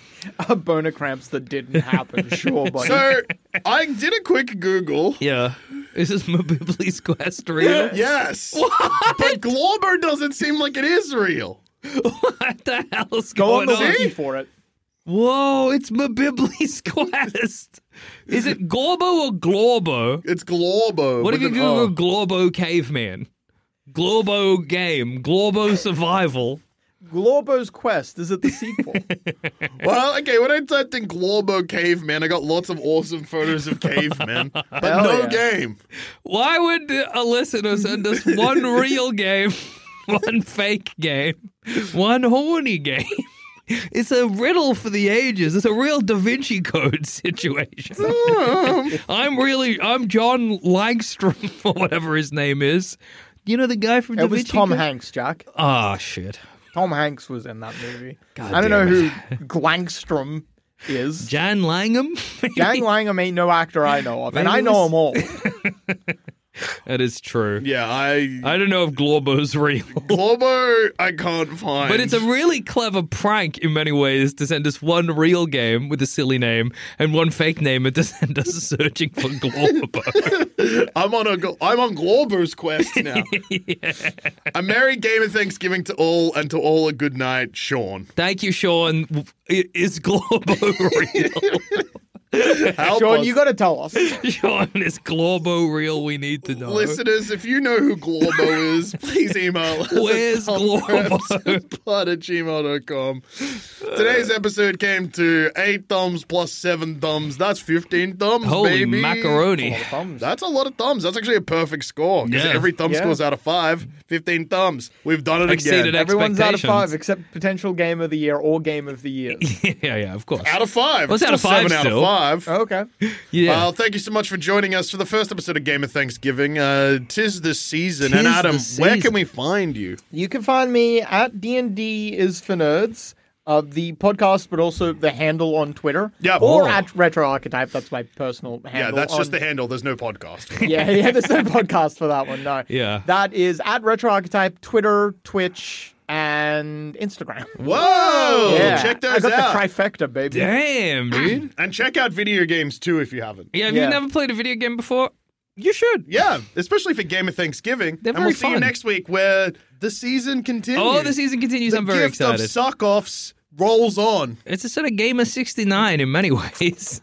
E: a boner cramps that didn't happen. Sure, buddy.
B: So I did a quick Google.
D: Yeah. Is this Mabiblius Quest real?
B: Yes, but Glorbo doesn't seem like it is real.
D: what the hell's
E: Go
D: going
E: on the
D: on?
E: wiki for it.
D: Whoa, it's Mabibli's Quest. Is it Gorbo or Glorbo?
B: It's Glorbo.
D: What
B: with
D: if you
B: an
D: Google
B: R.
D: Glorbo Caveman? Glorbo Game, Glorbo Survival.
E: Glorbo's quest is it the sequel?
B: Well, okay, when I typed in Glorbo caveman, I got lots of awesome photos of cavemen, but
E: Hell
B: no
E: yeah.
B: game.
D: Why would a listener send us one real game, one fake game, one horny game? It's a riddle for the ages. It's a real Da Vinci Code situation. I'm really, I'm John Langstrom or whatever his name is. You know the guy from Da
E: It was
D: Vinci
E: Tom
D: Code?
E: Hanks, Jack.
D: Ah, shit.
E: Tom Hanks was in that movie.
D: God
E: I don't know
D: damn
E: who Glangstrom is.
D: Jan Langham.
E: Gang Langham ain't no actor I know of, and I
D: Maybe
E: know them all.
D: that is true.
B: Yeah, I
D: I don't know if Glorbo's real.
B: Globo I can't find.
D: But it's a really clever prank in many ways to send us one real game with a silly name and one fake name and to send us searching for Glorbo.
B: I'm on a gl- I'm on Globo's quest now. A merry game of Thanksgiving to all and to all a good night, Sean.
D: Thank you, Sean. I- Is Glorbo real?
B: Help
E: Sean,
B: us.
E: you got to tell us.
D: Sean, is Glorbo real? We need to know.
B: Listeners, if you know who Glorbo is, please email us
D: Where's Glorbo?
B: at gmail.com. Today's episode came to eight thumbs plus seven thumbs. That's 15 thumbs,
D: Holy
B: baby.
D: macaroni.
B: That's a lot of thumbs. That's actually a perfect score. 'cause
D: Yeah.
B: Every thumb
E: Yeah.
B: scores out of five. 15 thumbs. We've done it
D: Exceeded
B: again.
E: Everyone's out of five
D: expectations.
E: except potential game of the year or game of the year.
D: yeah, yeah, of course.
B: Out of five.
D: Well, it's
B: It's
D: out of
B: still
D: five
B: Seven
D: still.
B: out of
D: Oh,
B: five.
E: Okay.
D: yeah.
B: Well, thank you so much for joining us for the first episode of Game of Thanksgiving. Uh, tis the season.
D: Tis
B: and
D: the
B: Adam, where
D: season.
B: can we find you?
E: You can find me at D&D is for nerds. Uh, the podcast, but also the handle on Twitter.
B: Yeah.
E: Or
B: Oh.
E: at Retro Archetype. That's my personal handle.
B: Yeah, that's just the
E: on-
B: handle. There's no podcast.
E: yeah, yeah, there's no podcast for that one, no.
D: Yeah.
E: That is at Retro Archetype, Twitter, Twitch, and Instagram.
B: Whoa!
E: yeah.
B: Check
E: I
B: those
E: got
B: out.
E: the trifecta, baby.
D: Damn, dude.
B: and check out video games too if you haven't.
D: Yeah, have
E: Yeah.
D: you never played a video game before? You should.
B: Yeah, especially for Game of Thanksgiving.
D: They're
B: and we'll
D: very
B: see you
D: fun.
B: next week where the season continues.
D: Oh, the season continues.
B: The
D: I'm very
B: gift
D: excited.
B: of suck offs rolls on.
D: It's a sort of game of 69 in many ways.